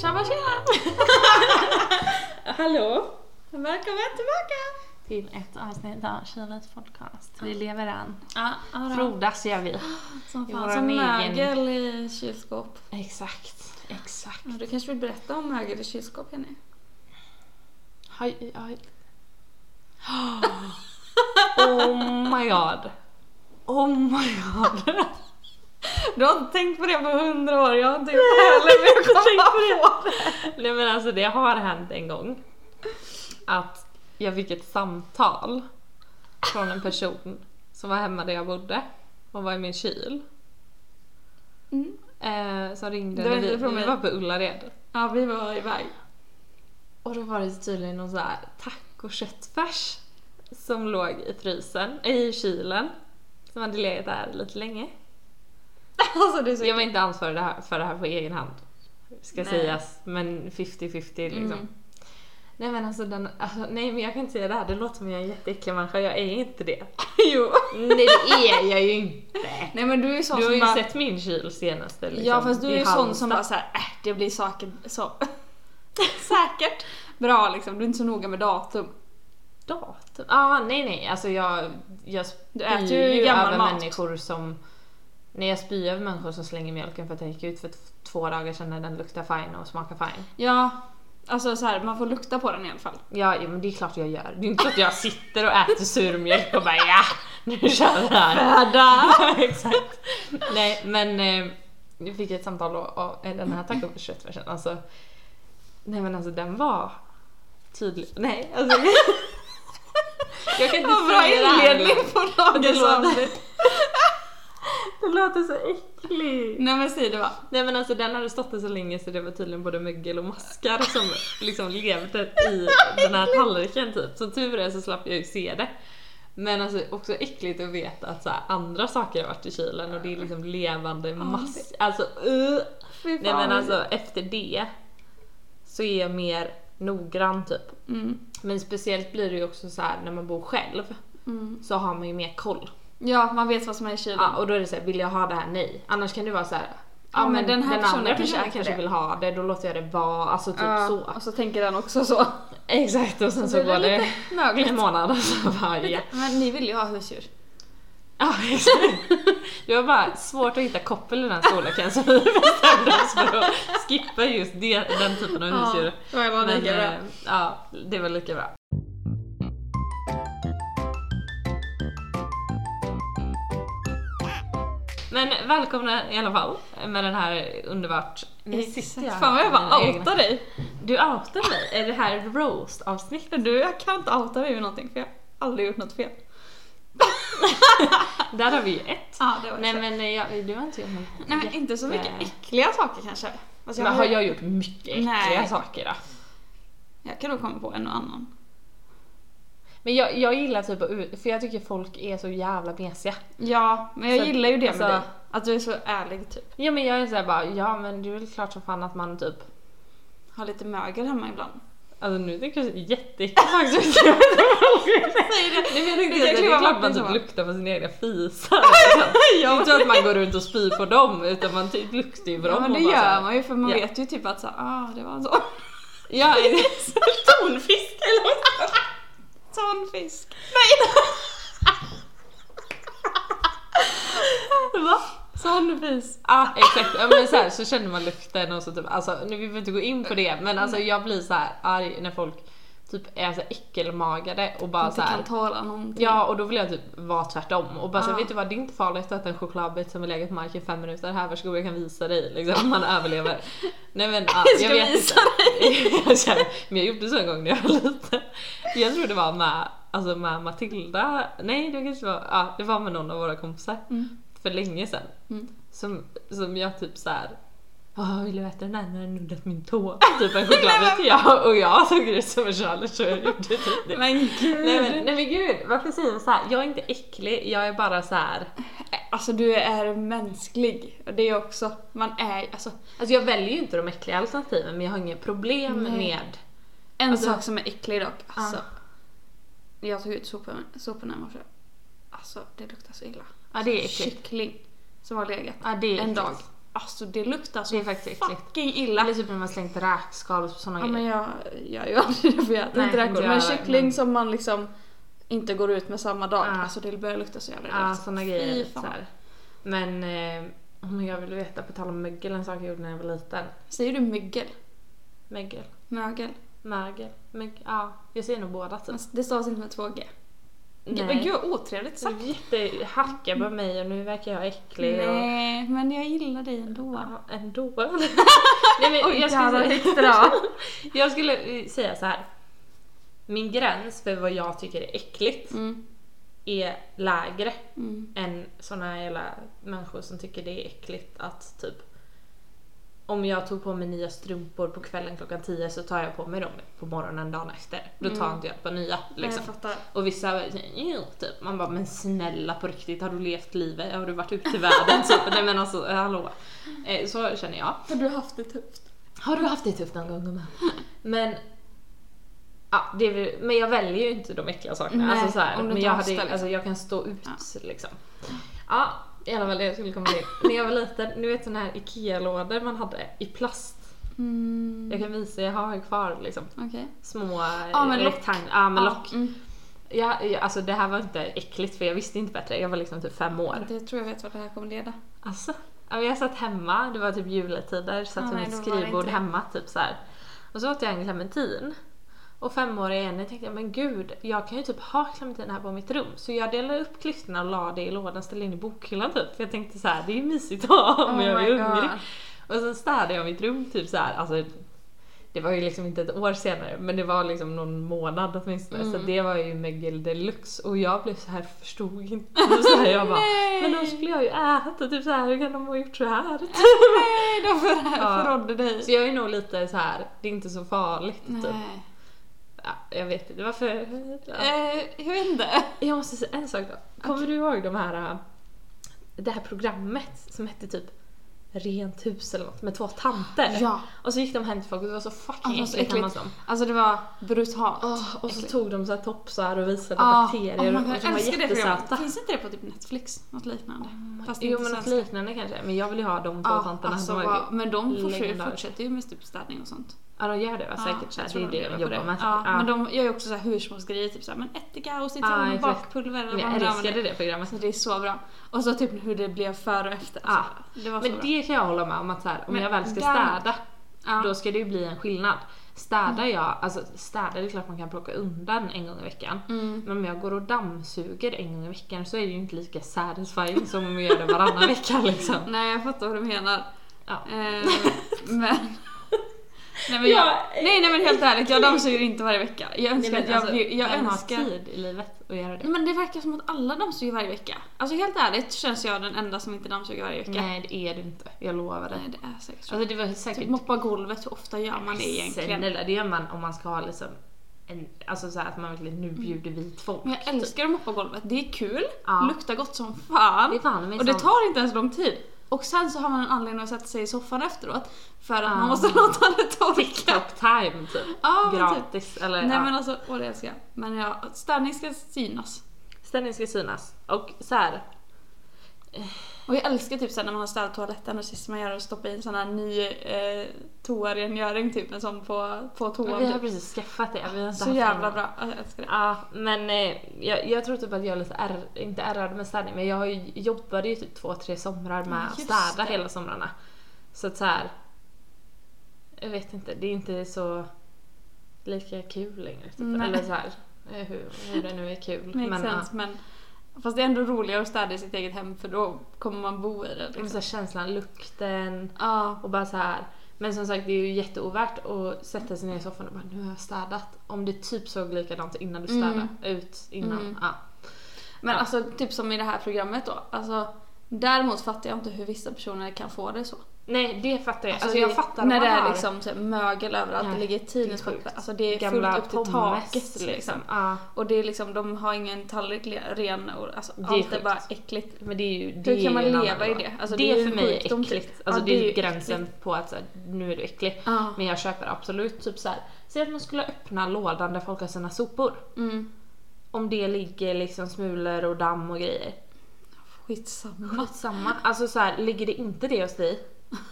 Tjaba tjena! Hallå! Välkommen tillbaka! Till ett avsnitt av Kilens podcast. Vi lever än. Ja, ja, då. Frodas gör vi. som I fan, våran som egen- mögel i kylskåp. Exakt, exakt. Ja, Du kanske vill berätta om mögel i kylskåp Jenny? Haj, haj. Oh my god. Oh my god. Du har inte tänkt på det på hundra år, jag har inte gjort det heller. Men jag kommer på det. Nej men alltså det har hänt en gång. Att jag fick ett samtal från en person som var hemma där jag bodde och var i min kyl. Mm. Eh, som ringde Det var när vi, inte från vi mig. var på Ullared. Ja, vi var iväg. Och då var det tydligen någon så här tacoköttfärs som låg i frysen, äh, i kylen. Som hade legat där lite länge. Alltså det är så Jag var inte ansvarig det här- för det här på egen hand. Ska Nej. sägas. Men 50-50 liksom. Mm. Nej men alltså, den, alltså, nej men jag kan inte säga det här, det låter som jag är en jätteäcklig människa, jag är inte det. Jo. Nej det är jag ju inte. Alltså, Nej men du är ju sån Du har som ju bara... sett min kyl senaste liksom, ja fast du är i ju sån Halmstad. som bara såhär, äh, det blir saker så. Säkert. Bra liksom, du är inte så noga med datum. datum? Ah, nej nej, alltså jag, jag spyr äter ju ju gammal över mat. människor som... När jag spyr över människor som slänger mjölken för att jag gick ut för t- två dagar sedan när den luktar fine och smakar fine. Ja, alltså så här, man får lukta på den i alla fall. Ja, jo, men det är klart jag gör. Det är inte så att jag sitter och äter surmjölk och bara ja, nu kör vi här. Bäda! Exakt. Nej, men eh, nu fick jag ett samtal och, och den här tacoköttfärsen, alltså. Nej men alltså den var tydlig. Nej, alltså. jag kan Vad bra säga det här. inledning på Det dagens låter- avsnitt. Det låter så äckligt. Nej men säg det va. Nej men alltså den hade stått där så länge så det var tydligen både mögel och maskar som liksom levde i den här tallriken typ. Så tur är så slapp jag ju se det. Men alltså också äckligt att veta att så här, andra saker har varit i kylen och det är liksom levande mask... Alltså uh. Fy Nej men fan. alltså efter det så är jag mer noggrann typ. Mm. Men speciellt blir det ju också så här när man bor själv så har man ju mer koll. Ja, man vet vad som är i kylen. Ja, och då är det såhär, vill jag ha det här? Nej. Annars kan det vara såhär, ja men men den, den här personen andra kanske personen äter kanske, det. vill ha det, då låter jag det vara. Alltså typ Ja, så. Och så tänker den också så. Exakt, och sen så, blir det går det lite en månad och så bara ja. Men ni vill ju ha husdjur. ja exakt. Det var bara svårt att hitta koppel i den här storleken så vi bestämde oss för att skippa just det, den typen av husdjur. Ja, det var Men, lika bra. eh, ja, det var lika bra. Men välkomna i alla fall med den här underbart... Eh, Nu sitter Exakt. Fan vad jag bara med mina outar dig. egna- Du outar mig. Är det här ett roast-avsnitt? Du, jag kan inte outa dig ur någonting för jag har aldrig gjort något fel. Där har vi ju ett. Ja, det var Nej men eh, jag, du har inte gjort något. Nej men inte så mycket Jätte- äckliga saker kanske. Alltså, Men har jag gjort mycket äckliga Nej. saker då? jag kan nog komma på en och annan. Men jag, jag gillar typ att ut- för jag tycker folk är så jävla mesiga. Ja, men jag Så- gillar ju det alltså- med dig. Att du är så ärlig typ. Ja men jag är såhär bara, ja men det är väl klart som fan att man typ Har lite mögel hemma ibland. Alltså nu tycker jag det är jätteäckligt faktiskt. Jag vet inte vad jag ska säga. Nej, men jag tänkte Du kan att det kliva är klart bort man det typ så. luktar på sina egna fisar. liksom. Det är inte så att man går runt och spyr på dem utan man typ luktar ju på Ja dem. men det och bara så gör här- man ju för man Ja. vet ju typ att så, ah det var en sån. Ja, tonfisk eller något. Sån fisk. Va? Sån fisk. Ja exakt, ja, men så, här, så känner man lukten och så typ, alltså nu vi behöver inte gå in på det men alltså jag blir så här arg när folk typ är så här äckelmagade och bara Inte så här. kan tåla någonting. Ja och då vill jag typ vara tvärtom och bara så, Mm. Ja. här, vet du vad det är inte farligt att en chokladbit som har legat på marken i fem minuter här, varsågod jag kan visa dig liksom, man överlever. Nej men ja, Jag ska jag vet visa inte. Jag känner- men jag gjorde så en gång när jag var liten. Jag tror det var med, alltså med Matilda, nej det kanske var, ja det var med någon av våra kompisar Mm. för länge sedan. Mm. Som, som jag typ så här. "Ah, vill du äta den här när den nuddat min tå? Typ en chokladbit. ja, och jag tog det som en challenge och jag gjorde typ det. Men gud. Nej men, nej men gud, varför säger du så här? Jag är inte äcklig, jag är bara så här. Alltså du är mänsklig. Och Det är också, man är alltså Alltså jag väljer ju inte de äckliga alternativen men jag har inga problem Nej. med... En Alltså- sak som är äcklig dock, alltså. Jag tog ut soporna, soporna i morse. Alltså det luktar så illa. Ja det är äckligt. Kyckling som har legat Ja det är en äckligt. dag. Alltså det luktar så Det är faktiskt äckligt. fucking illa. Eller typ när man slängt räkskal på såna Ja grejer. men jag gör ju aldrig det för jag äter Nej, inte inte räkor. jag Men heller, kyckling men- som man liksom inte går ut med samma dag. Ja. Alltså det börjar lukta så jävla Ja, illa. såna Fy grejer. fan. Så här. Men eh, om jag vill veta, på tal om mögel, en sak jag gjorde när jag var liten. Säger du mögel? Mögel. Mögel? Mögel. Mögel. Ja, jag säger nog båda typ. Men Det stavas inte med två g. Nej. Nej. Gud vad otrevligt sagt. Jättehacka på mig och nu verkar jag äcklig. Och... Nej, men jag gillar dig ändå. Ja, ändå. Nej, men Oj, jag, jävlar, skulle vilket säga, bra. jag skulle eh, säga så här. Min gräns för vad jag tycker är äckligt Mm. är lägre Mm. än såna jävla människor som tycker det är äckligt att typ om jag tog på mig nya strumpor på kvällen klockan 10 så tar jag på mig dem på morgonen dagen efter. Då tar inte jag ett par nya. Liksom. Mm. Jag fattar. Och vissa bara, "Ew", typ. Man bara, men snälla på riktigt, har du levt livet? Har du varit ute i världen? typ. Nej men alltså, hallå. Eh, Så känner jag. Har du haft det tufft? Har du haft det tufft någon gång gumman? Men, ja, det är, väl- men jag väljer ju inte de äckliga sakerna. Nej, alltså, så här, om du men inte jag, måste, hade, liksom. alltså, jag kan stå ut liksom. Ja, i alla fall det jag skulle komma till. När jag var liten, ni vet såna här IKEA-lådor man hade i plast. Mm. Jag kan visa, jag har kvar liksom Okej. små Ja, men lock. rektanglar. Ja, men Ja, lock. mm. Ja, ja, alltså det här var inte äckligt för jag visste inte bättre. Jag var liksom typ fem år. Det tror jag vet vad det här kommer leda. Alltså, ja, men jag satt hemma, det var typ juletider, satt Ja, vid nej, mitt då var det skrivbord inte det. hemma typ så här. Och så åt jag en clementin. Och femåriga Jenny tänkte jag, men gud, jag kan ju typ ha clementin här på mitt rum. Så jag delade upp klyftorna och la det i lådan, ställde in i bokhyllan typ. För jag tänkte så här, det är ju mysigt att ha om Oh jag my är God. hungrig. Och sen städade jag mitt rum typ så här, alltså det var ju liksom inte ett år senare men det var liksom någon månad åtminstone så Mm. det var ju mögel deluxe och jag blev så här förstod inte. Så här, jag bara, Nej. men de skulle jag ju äta, typ så här, hur kan de ha gjort så här? Nej, de för- Ja. förrådde dig. Så jag är nog lite så här, det är inte så farligt typ. Nej. Ja, jag vet inte varför. Ja. Eh, jag vet inte. Jag måste säga en sak då. Kommer du ihåg de här, äh, det här programmet som hette typ Rent hus eller något med två tanter? Ja. Och så gick de hem till folk och det var så Ja, fucking det var så äckligt hemma hos äckligt. dem. Alltså det var brutalt. Åh, och så Äckligt. tog de så här topsar och visade Ja. bakterier Oh my och God, de jag var älskar det jättesöta. Mm, programmet. Finns inte det på typ Netflix? Något liknande? Fast Jo inte men något svenska. liknande kanske, men jag vill ju ha de två Ja, tanterna. alltså, de, var ju- vad- men de fortsätter, legendariska. fortsätter ju med typ städning och sånt. ja, de gör det va? Säkert så jag här, tror det är de det lever de på jobbar med. Ja, Ja. Men de gör ju också så här hursmålsgrejer, typ så här, men ättika och citron Ja, och exakt. bakpulver eller Men vad jag man nu älskade använder. det programmet. Så det är så bra. Och så typ hur det blev före och efter. Ja. Alltså, det var så Men bra. det kan jag hålla med om att så här, om Men jag väl ska där- städa, Ja. då ska det ju bli en skillnad. Städar jag, alltså städar det är klart man kan plocka undan en gång i veckan. Mm. Men om jag går och dammsuger en gång i veckan så är det ju inte lika satisfying som om jag gör det varannan vecka liksom. Nej jag fattar vad du menar. Ja. Eh, men... Nej men, jag, Ja, nej, nej men helt ärligt, jag dammsuger inte varje vecka. Jag önskar Nej, att men jag, alltså, blir- jag vem har önskar... tid i livet att göra det. Men det verkar som att alla dammsuger varje vecka. Alltså helt ärligt känns jag den enda som inte dammsuger varje vecka. Nej det är du inte, jag lovar dig. Nej, det är säkert så. Alltså det var säkert... Typ moppa golvet, hur ofta gör man det egentligen? Snälla, det gör man om man ska ha liksom en, alltså så här att man verkligen nu bjuder vi folk. Mm. Typ. Men jag älskar att moppa golvet, det är kul, Ja. luktar gott som fan. Det är fan mig och det sant. tar inte ens lång tid. Och sen så har man en anledning att sätta sig i soffan efteråt för att Ja. man måste låta det torka. Ah. TikTok time typ. Ja, men typ. Gratis eller Nej ja. men alltså, åh det älskar jag. Men ja, städning ska synas. Ställning ska synas. Och så här. Och jag älskar typ sen när man har städat toaletten och sist man gör är att stoppa in sån här ny eh, toarengöring typ, en sån på, på toan. vi har typ. precis skaffat det. Vi har inte Så haft jävla någon- bra, Ja, jag älskar det. Ja, men eh, jag, jag tror typ att jag är lite är, inte ärrad med städning men jag har ju, jobbade ju typ två, tre somrar med att Just städa det. hela somrarna. Så att så här. Jag vet inte, det är inte så lika kul längre. Typ. Nej. Eller så här, eh, hur, hur det nu är kul. Makes men, ja. sense, men fast det är ändå roligare att städa i sitt eget hem för då kommer man bo i det. Och Liksom. så här, känslan, lukten Ja. och bara så här. Men som sagt det är ju jätteovärt att sätta sig ner i soffan och bara nu har jag städat. Om det typ såg likadant innan du Mm. städade ut innan. Ja. Men Ja. alltså typ som i det här programmet då. Alltså, däremot fattar jag inte hur vissa personer kan få det så. Nej det fattar jag. Alltså, det- jag fattar om När det man är har- liksom så här, mögel överallt, Nej, det ligger tidningspapper. sjukt. Alltså det är Gamla fullt upp till pommes, taket liksom. Ja. Och det är liksom, de har ingen tallrik le- ren och alltså, Det är allt är sjukt. bara äckligt. Men det är ju, det Hur är kan man ju en leva annan i nivå. det? Alltså, det, det är ju för en mig är sjukdom, typ. äckligt. Alltså, Ja, det är det ju är ju gränsen på att så här, nu är du äcklig. Ja. Men jag köper absolut typ så här. säg att man skulle öppna lådan där folk har sina sopor. Mm. Om det ligger liksom smulor och damm och grejer. Skitsamma. Skitsamma. Alltså så här, ligger det inte det hos dig,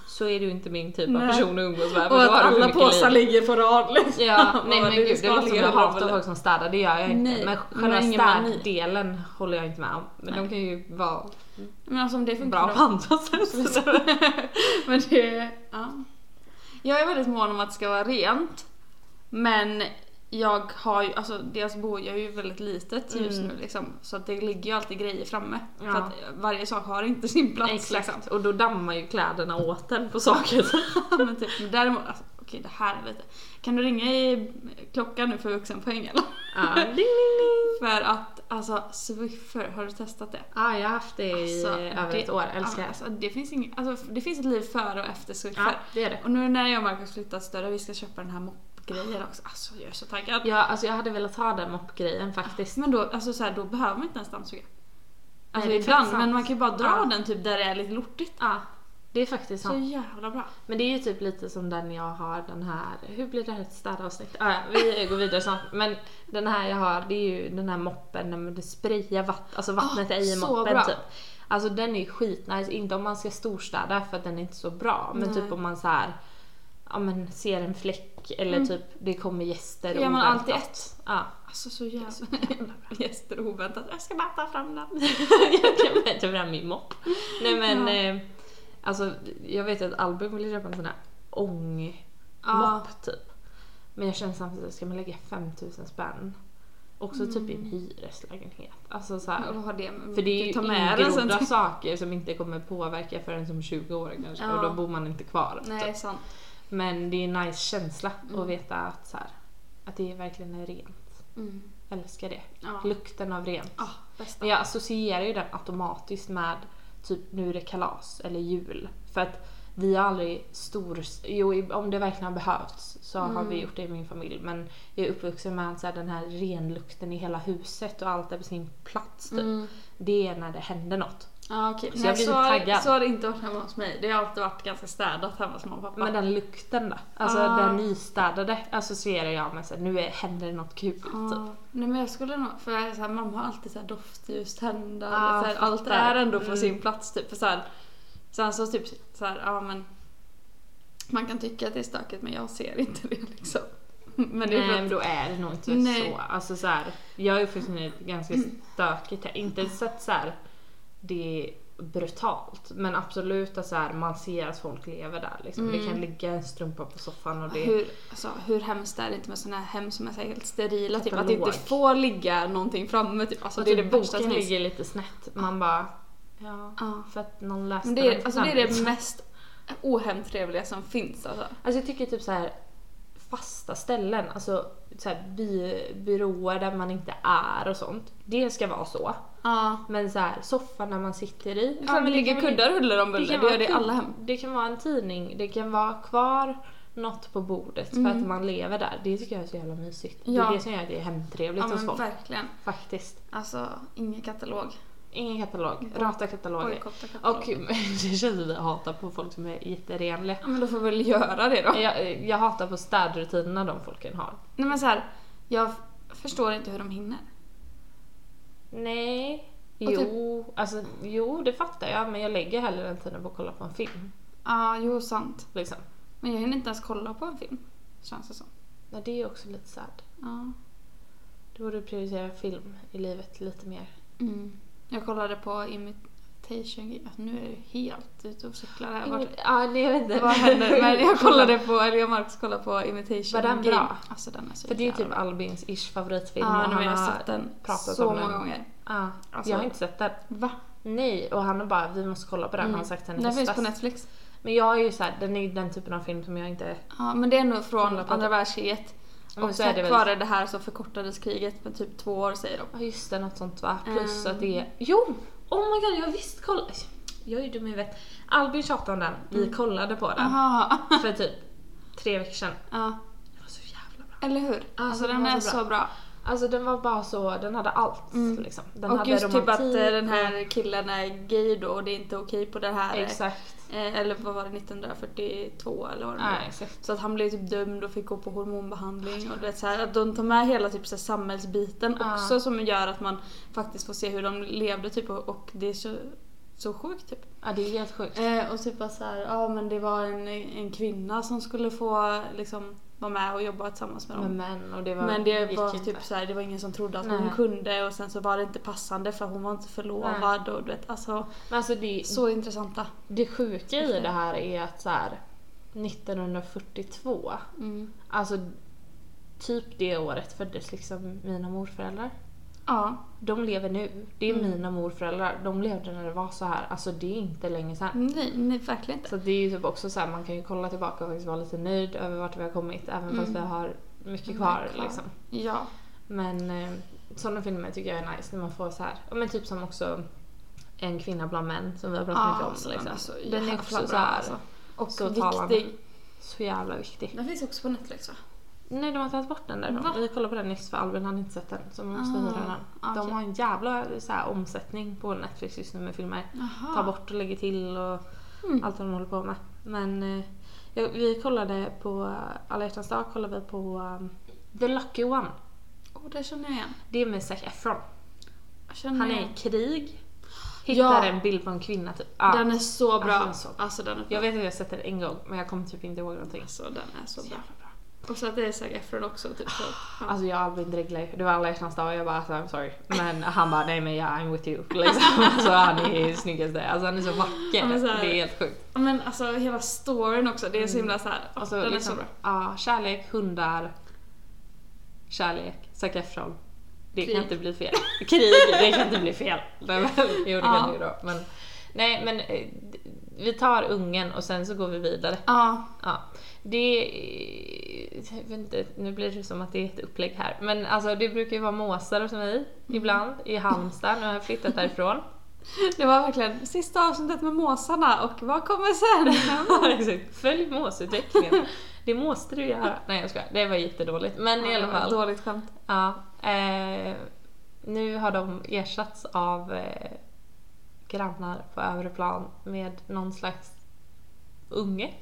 så är du inte min typ av Nej. person att umgås med. för Och då har att du för alla mycket påsar liv. ligger på rad liksom. Ja, nej men Och gud, det ska låter som ligga jag hatar överallt. folk som städar, det gör jag inte. Nej, men men själva ingen mani. städdelen håller jag inte med om. Men de kan ju vara Men alltså om det bra funkar på andra sätt. Precis. men det, ja. Jag är väldigt mån om att det ska vara rent. Men jag har ju, alltså dels bor jag ju väldigt litet just Mm. nu liksom. Så att det ligger ju alltid grejer framme. Ja. För att varje sak har inte sin plats liksom. Exakt, och då dammar ju kläderna åt en på saker. men typ, men däremot, alltså, okej det här är lite... Kan du ringa i eh, klockan nu för vuxenpoäng eller? ja, ding, ding, ding. För att alltså Swiffer, har du testat det? ja, jag har haft det i eh, Alltså, över det- ett år, älskar jag. Alltså, det, finns ing, alltså, det finns ett liv före och efter Swiffer. Ja, det är det. Och nu när jag och Marcus flyttat större, vi ska köpa den här moppgrejen också. Alltså jag är så taggad. Ja, alltså jag hade velat ha den moppgrejen faktiskt. Men då, alltså, så här, då behöver man inte ens dammsuga. Alltså det är ibland, faktiskt sant. men man kan ju bara dra Ja. den typ där det är lite lortigt. Ja, det är faktiskt Så sant. jävla bra. Men det är ju typ lite som den jag har den här, hur blir det här ett städavsnitt? Ah, ja, vi går vidare snart. Men den här jag har, det är ju den här moppen när man sprayar vattnet, alltså vattnet Ah, är i så moppen bra. typ. Alltså den är ju skitnice, inte om man ska storstäda för att den är inte så bra, men Nej. typ om man så här, ja men ser en fläck eller typ det kommer gäster Då Mm. gör man oväntat. alltid ett. Ja. Alltså så jävla, gäster oväntat. Jag ska bara ta fram den. jag kan bara ta fram min mopp. Nej men, eh, alltså jag vet att Albin ville köpa en sån här ångmopp Ja. typ. Men jag känner samtidigt, ska man lägga 5000 spänn? Också typ Mm. i en hyreslägenhet. Alltså så här, Och vad har det med- För det är ju ta Mm. med den sen. ingrodda saker som inte kommer påverka förrän som 20 år kanske Ja. och då bor man inte kvar. Nej, Typ. sant. Men det är en nice känsla Mm. att veta att, så här, att det verkligen är rent. Mm. Jag älskar det. Ja. Lukten av rent. Ah, bästa. Men jag associerar ju den automatiskt med typ nu är det kalas eller jul. För att vi har aldrig stor... Jo, i- om det verkligen har behövts så har Mm. vi gjort det i min familj. Men jag är uppvuxen med så här, den här renlukten i hela huset och allt är på sin plats. Typ. Mm. Det är när det händer något. Ja, okej. Så Nej, jag blir så, lite har- taggad. så har det inte varit hemma hos mig. Det har alltid varit ganska städat hemma hos mamma och pappa. Men den lukten då? Alltså Ah. den nystädade associerar jag med så här, nu är, händer det något kul. Typ. Ja, nej men jag skulle nog, för jag är så här, mamma har alltid så här doftljus tända, Ja, så här, allt är fattar. ändå på Mm. sin plats typ. För så här, sen så typ så här, ja men man kan tycka att det är stökigt men jag ser inte det liksom. Men det är Nej men för Ehm, då är det nog inte Nej. så. Alltså så här, jag är ju fullständigt ganska stökigt här. Inte så att så här, det är brutalt. Men absolut att så här, man ser att folk lever där. Liksom. Det kan ligga en strumpa på soffan och att det... hur, alltså, hur hemskt är det inte med sådana här hem som är så här helt sterila? Typ, att det Katalog. inte får ligga någonting framme. Typ. Alltså, och det är typ det värsta boken som finns. ligger lite snett. Man bara... Ja, Ja. för att någon läste Men det är, den alltså, det är tillsammans. det mest ohemtrevliga som finns alltså. Alltså jag tycker typ så här fasta ställen, alltså så här by, byråer där man inte är och sånt. Det ska vara så. Ja. Men så här soffan där man sitter i. Ja, men det ligger kuddar huller om buller, det vara gör det i kul. alla hem. Det kan vara en tidning, det kan vara kvar något på bordet för att man lever där. Det tycker jag är så jävla mysigt. Det Mm. Ja. är det som gör det hemtrevligt Ja hos men folk. verkligen. Faktiskt. Alltså, ingen katalog. Ingen katalog. Rata kataloger. Bojkotta katalog. Och det känns som vi hatar på folk som är jätterenliga. Ja, men då får vi väl göra det då. Jag, jag hatar på städrutinerna de folken har. Nej men så här, jag f- förstår inte hur de hinner. Nej. Och typ- Jo, alltså, jo, det fattar jag. Men jag lägger hellre den tiden på att kolla på en film. Ja, jo sant. Liksom. Men jag hinner inte ens kolla på en film. Känns det som. Nej, det är också lite sad. Ja. Du borde prioritera film i livet lite mer. Mm. Jag kollade på Imitation Game. Alltså, nu är du helt ute och cyklar här. Ingen, Vart, ja, det vet inte. vad händer? Men jag kollade på, eller jag och Marcus kollade på Imitation Var den Game. bra? Alltså den är så För det är jävla typ bra. Albins ish favoritfilm. Ja, och nu har jag han har- sett den pratat så om den. många gånger. Ja, Alltså- jag har inte sett den. Va? Nej, och han har bara vi måste kolla på den. Han har sagt den i Den finns Mm. på höstas. Netflix. Men jag är ju såhär, den är ju den typen av film som jag inte... Ja, men det är nog från Kolla på andra det. världskriget. Ja, men Och så är tack det väl. vare det här så förkortades kriget med typ två år säger de. Ja just det, något sånt va? Plus Ehm. att det är... Jo! Oh my god, jag har visst kollat. Jag är ju dum i huvudet. Albin tjatade om den, vi kollade på den. Aha. För typ tre veckor sedan. Ja, Det var så jävla bra. eller hur? Alltså, den den är var så så bra. Alltså den var bara så, den hade allt Mm. liksom. Den och hade just typ att eh, romantik den och- här killen är gay då och det är inte okej på det här. eh, Exakt. Eh, eller vad var det, 1942 eller vad det Ja, var. exakt. Så att han blev typ dömd och fick gå på hormonbehandling och du vet så här, att de tar med hela typ så här samhällsbiten Ja. också som gör att man faktiskt får se hur de levde typ och, och det är så Så sjukt typ. Ja, det är helt sjukt. Eh, och typ bara så här, ja men det var en, en kvinna som skulle få liksom vara med och jobba tillsammans med dem. Med män och det var... Men det gick var inte. typ så här, det var ingen som trodde att hon Nej. kunde och sen så var det inte passande för hon var inte förlovad och du vet alltså Men alltså det, så intressanta. det sjuka i det här är att så här 1942, Mm. alltså typ det året föddes liksom mina morföräldrar. Ja, De lever nu. Det är Mm. mina morföräldrar. De levde när det var så här. Alltså det är inte länge sedan. nej, nej verkligen inte. Så det är ju typ också så här, man kan ju kolla tillbaka och faktiskt vara lite nöjd över vart vi har kommit även Mm. fast vi har mycket Mycket kvar. kvar. Liksom. Ja. Men eh, sådana filmer tycker jag är nice när man får så här, ja, men typ som också En kvinna bland män som vi har pratat mycket om. så liksom. den är så den är jävla också så bra, här, alltså. och så viktig. talande. Så jävla viktig. Den finns också på Netflix va? Nej de har tagit bort den därifrån. Va? Vi kollade på den nyss för Albin hade inte sett den så man måste Ah, hyra den. ah, De okej. har en jävla så här, omsättning på Netflix just nu med filmer. Jaha. Ta bort och lägga till och Mm. allt vad de håller på med. Men eh, ja, vi kollade på eh, Alla hjärtans dag kollade vi på um, The Lucky One. Oh, det känner jag igen. Det är med Zac Efron. Jag känner Han är igen. i krig. Hittar Ja. en bild på en kvinna typ. Ja. Den är så bra. Alltså, den är så bra. Alltså den är, Jag vet att jag har sett den en gång men jag kommer typ inte ihåg någonting. alltså, den är så Så bra. jävla bra. Och så att det är Zac Efron också. Typ, så. Ja. Alltså jag och Albin dreglade ju. Det var alla hjärtans dag och jag bara alltså, I'm sorry. Men han bara nej men yeah, I'm with you. Liksom. Alltså han är snyggaste. Alltså han är så vacker. Ja, men så här- Det är helt sjukt. Men alltså hela storyn också, det är så himla såhär, Och så den Mm. liksom, är så bra. Ja, kärlek, hundar, kärlek, Zac Efron. Det Krig. kan inte bli fel. Krig, det kan inte bli fel. Men, jo det Ja. kan det ju då. Men, nej men eh, d- vi tar ungen och sen så går vi vidare. Ja, Ja, det... Jag vet inte, nu blir det som att det är ett upplägg här. Men alltså det brukar ju vara måsar hos mig ibland i Halmstad. Nu har jag flyttat därifrån. det var verkligen sista avsnittet med måsarna och vad kommer sen? Ja, exakt. Följ måsutvecklingen. Det måste du göra. Nej jag skojar, det var jättedåligt. Men i alla fall. Dåligt skämt. Ja, eh, nu har de ersatts av eh, grannar på övre plan med någon slags unge.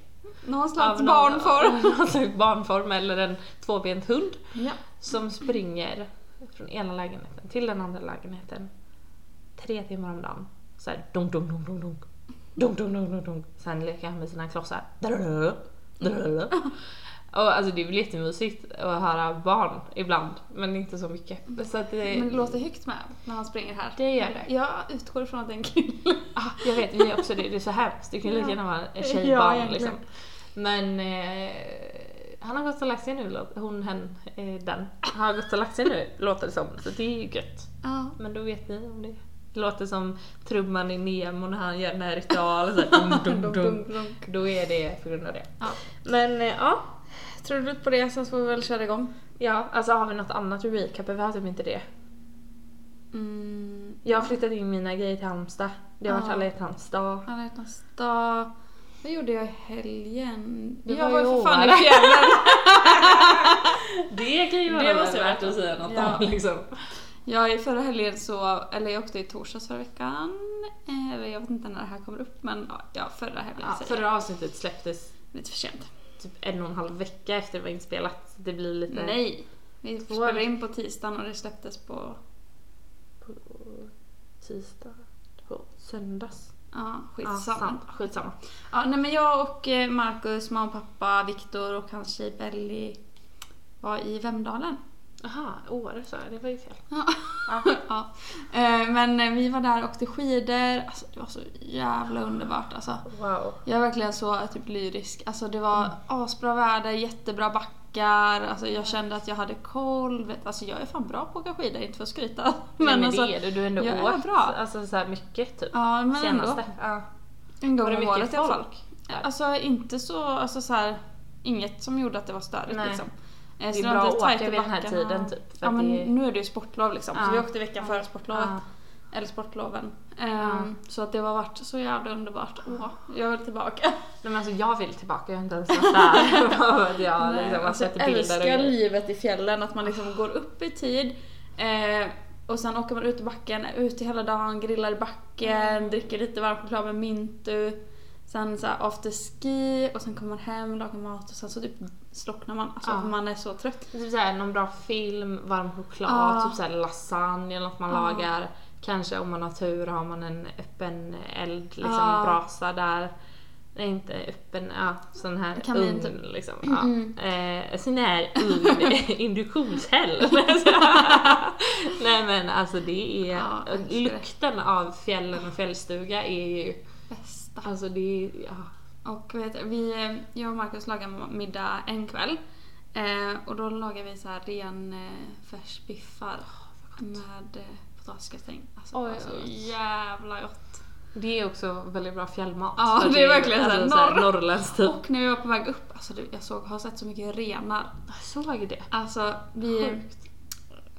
Någon Av slags någon- barnform. Någon slags barnform eller en tvåbent hund. Ja. som springer från ena lägenheten till den andra lägenheten tre timmar om dagen. Så här, dunk, dunk, dunk, dunk, dunk. Dunk, dunk, dunk, dunk, dunk. Sen leker han med sina klossar. Drrrr, drrrr. Och alltså det är väl jättemysigt att höra barn ibland, men inte så mycket. Så att det, Men det låter högt med när han springer här. det gör det. Jag utgår ifrån att det är en kille. Ah, jag vet, vi är också det. Det är så hemskt. Det kan ju lika gärna vara ett tjejbarn Ja, egentligen. liksom. Men eh, han har gått och lagt sig nu, låt- hon, hen, eh, den. Han har gått och lagt sig nu, låter det som. Så det är ju gött. Ja. Men då vet ni om det. Det låter som trumman i Nemo när han gör den här ritualen. Så här, dum, dum, dum. Då är det på grund av det. Ja. Men eh, ja, Tror du på det så får vi väl köra igång. ja, alltså har vi något annat att recapa? Vi har typ inte det. Mm. Jag har flyttat in mina grejer till Halmstad. Det har varit Ja. alla hjärtans dag. Alla hjärtans dag. Vad gjorde jag i helgen? Du jag var var ju ju för fan i Åre. fjällen. Det kan ju vara värt att säga något om, liksom. Ja, i förra helgen så, eller jag åkte i torsdags förra veckan. Eh, Eller jag vet inte när det här kommer upp men ja, ja förra helgen Ja, säger jag. förra avsnittet släpptes Lite för sent. typ en och en halv vecka efter det var inspelat. Så Det blir lite... Nej! Vi Två spelade veckor. in på tisdagen och det släpptes på På tisdag? På söndags? ja, Ja, skitsamma. sam- skitsamma. Ja, nej men jag och eh, Marcus, mamma och pappa, Viktor och hans tjej Belly var i Vemdalen. Aha, Åre sa jag. Det var ju fel. Ja. Ja. ja. Eh, Men eh, vi var där och åkte skidor. Alltså, det var så jävla underbart alltså. Wow. Jag är verkligen så typ lyrisk. Alltså det var asbra väder, jättebra backar. Alltså jag kände att jag hade koll. Vet- Alltså jag är fan bra på att åka skidor, inte för att skryta. Men, men alltså, det är du, du har ändå jag är åkt bra. Alltså, så här mycket typ. Ja, men ändå. Senaste. Ja. En gång Var det om mycket året i alla fall. folk? Alltså inte så, alltså så här, inget som gjorde att det var störigt Nej. liksom. Eh, Det så är var bra att inte åka tajt i vid den här backarna. tiden typ. För Ja att men det är... nu är det ju sportlov liksom, Ja. så vi åkte veckan före sportlovet. Ja. Eller sportloven. Ehm, Så att det har varit så jävla underbart. Åh, jag vill tillbaka. Nej, men alltså, jag vill tillbaka, jag har inte ens varit där. jag har Nej, liksom, har alltså, sett jag bilder och älskar grejer. livet i fjällen, att man liksom går upp i tid eh, och sen åker man ut i backen, är ute hela dagen, grillar i Mm. backen, dricker lite varm choklad med mintu. Sen så här after ski och sen kommer man hem, lagar mat och sen så typ slocknar man. Alltså Ja. för man är så trött. Typ såhär, någon bra film, varm choklad, Ja. typ såhär lasagne eller något man Ja. lagar. Kanske om man har tur har man en öppen eld, liksom Ja. brasa där. Nej inte öppen, ja sån här Kamin, ugn typ. liksom. Ja. Mm. Eh, sån här ugn, induktionshäll. Nej men alltså det är, Ja, jag älskar det. lukten av fjällen och fjällstuga är ju, Bästa. alltså det är, ja. Och vet, du, vi, eh, jag och Markus lagade middag en kväll. Eh, och då lagade vi så här ren eh, färsbiffar med eh, potatisgratäng. Alltså Oj, det var så oj, oj. jävla gott. Det är också väldigt bra fjällmat. Ja, För det är verkligen såhär såhär norr. norrländskt typ. Och när vi var på väg upp, alltså du, jag såg, har sett så mycket renar. Jag såg det. Alltså vi, Sjukt.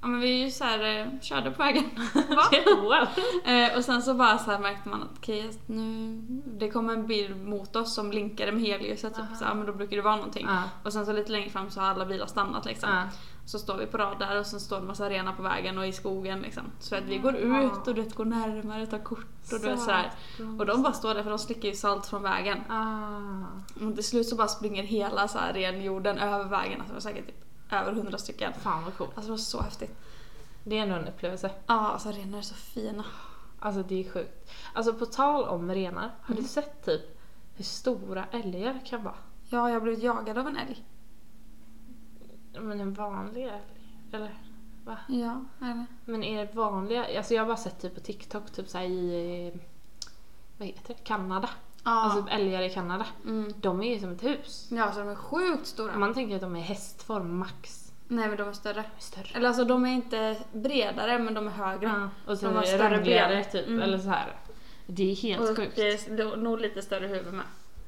ja, men vi så här, eh, körde på vägen. Va? Wow. Eh, och sen så bara så här märkte man att okej, nu, det kom en bil mot oss som blinkade med helljuset. Typ, Aha. så här, men då brukar det vara någonting. Ja. Och sen så lite längre fram så har alla bilar stannat liksom. Ja. Så står vi på rad där och sen står det massa renar på vägen och i skogen liksom. Så att vi går ut och du vet, går närmare, tar kort och du vet, sådär. Och de bara står där för de slickar ju salt från vägen. Ah. Och till slut så bara springer hela så här renjorden över vägen. Alltså det var säkert typ över hundra stycken. Fan vad coolt. Alltså det var så häftigt. Det är ändå en upplevelse. Ja, alltså renar är så fina. Alltså det är sjukt. Alltså på tal om renar, har du sett typ hur stora älgar kan vara? Ja, jag har blivit jagad av en älg. Men en vanlig älg? Eller? Va? Ja, eller? Men är det vanliga? Alltså jag har bara sett typ på TikTok, typ såhär i... eh, Vad heter det? Kanada. Ja. Alltså älgar i Kanada. mm. De är ju som ett hus. Ja, alltså de är sjukt stora. Man tänker att de är hästform max. Nej men de är större. De är större. Eller alltså de är inte bredare men de är högre. Ja, och så De de har är större det rundligare ben. typ. Mm. Eller så här. Det är helt och eh, sjukt. det är nog lite större huvud med.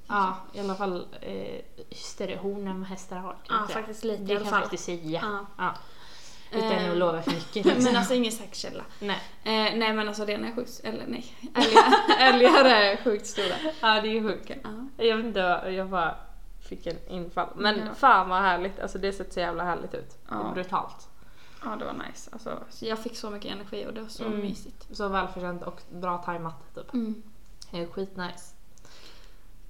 Ja, i alla fall eh, större horn än vad hästar har. kan Ja, jag säga. faktiskt lite Det i kan alla jag fall. faktiskt säga. Ja. Ja. Utan Eh, att lova för mycket. Liksom. men alltså ingen säkerkälla. Nej. Eh, nej men alltså renar är sjukt, eller nej. Älgar- Älgar är sjukt stora. Ja, det är sjukt. Ja. Jag vet inte, jag bara fick en infall. Men Ja. fan vad härligt. Alltså det ser så jävla härligt ut. Ja. Och Brutalt. ja det var nice. Alltså, så jag fick så mycket energi och det var så Mm. mysigt. Så välförtjänt och bra tajmat typ. Mm. Det är skitnice.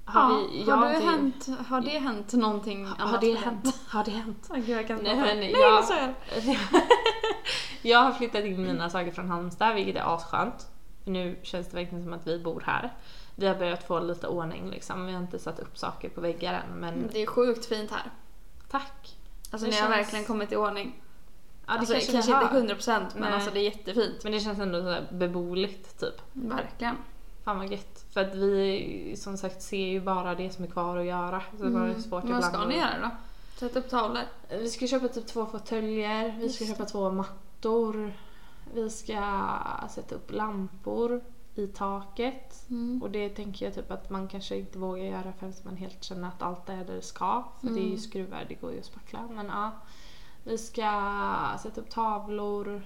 Har, ja, vi- har, ja, det det- hänt, har det hänt någonting annat? Har det hänt? Har det hänt? Åh, gud, jag kan inte Nej, prata. men nej, jag- vad sa jag? jag har flyttat in mina saker från Halmstad vilket är asskönt. För nu känns det verkligen som att vi bor här. Vi har börjat få lite ordning liksom. Vi har inte satt upp saker på väggar än men Mm, Det är sjukt fint här. tack. Alltså Det ni har känns- verkligen kommit i ordning. Ja, det alltså, kanske, kanske, vi har. inte 100 procent men Nej. alltså det är jättefint. Mm. Men det känns ändå sådär beboeligt typ. Verkligen. Fan vad gött. För att vi som sagt ser ju bara det som är kvar att göra. Så det var ju svårt Men Mm. vad ibland. ska ni göra då? Sätta upp tavlor? Vi ska köpa typ två fåtöljer, vi ska Just köpa två mattor. Vi ska sätta upp lampor i taket. Mm. Och det tänker jag typ att man kanske inte vågar göra förrän man helt känner att allt är där det ska. För det är ju Mm. skruvar, det går ju att spackla. Men ja. Vi ska sätta upp tavlor.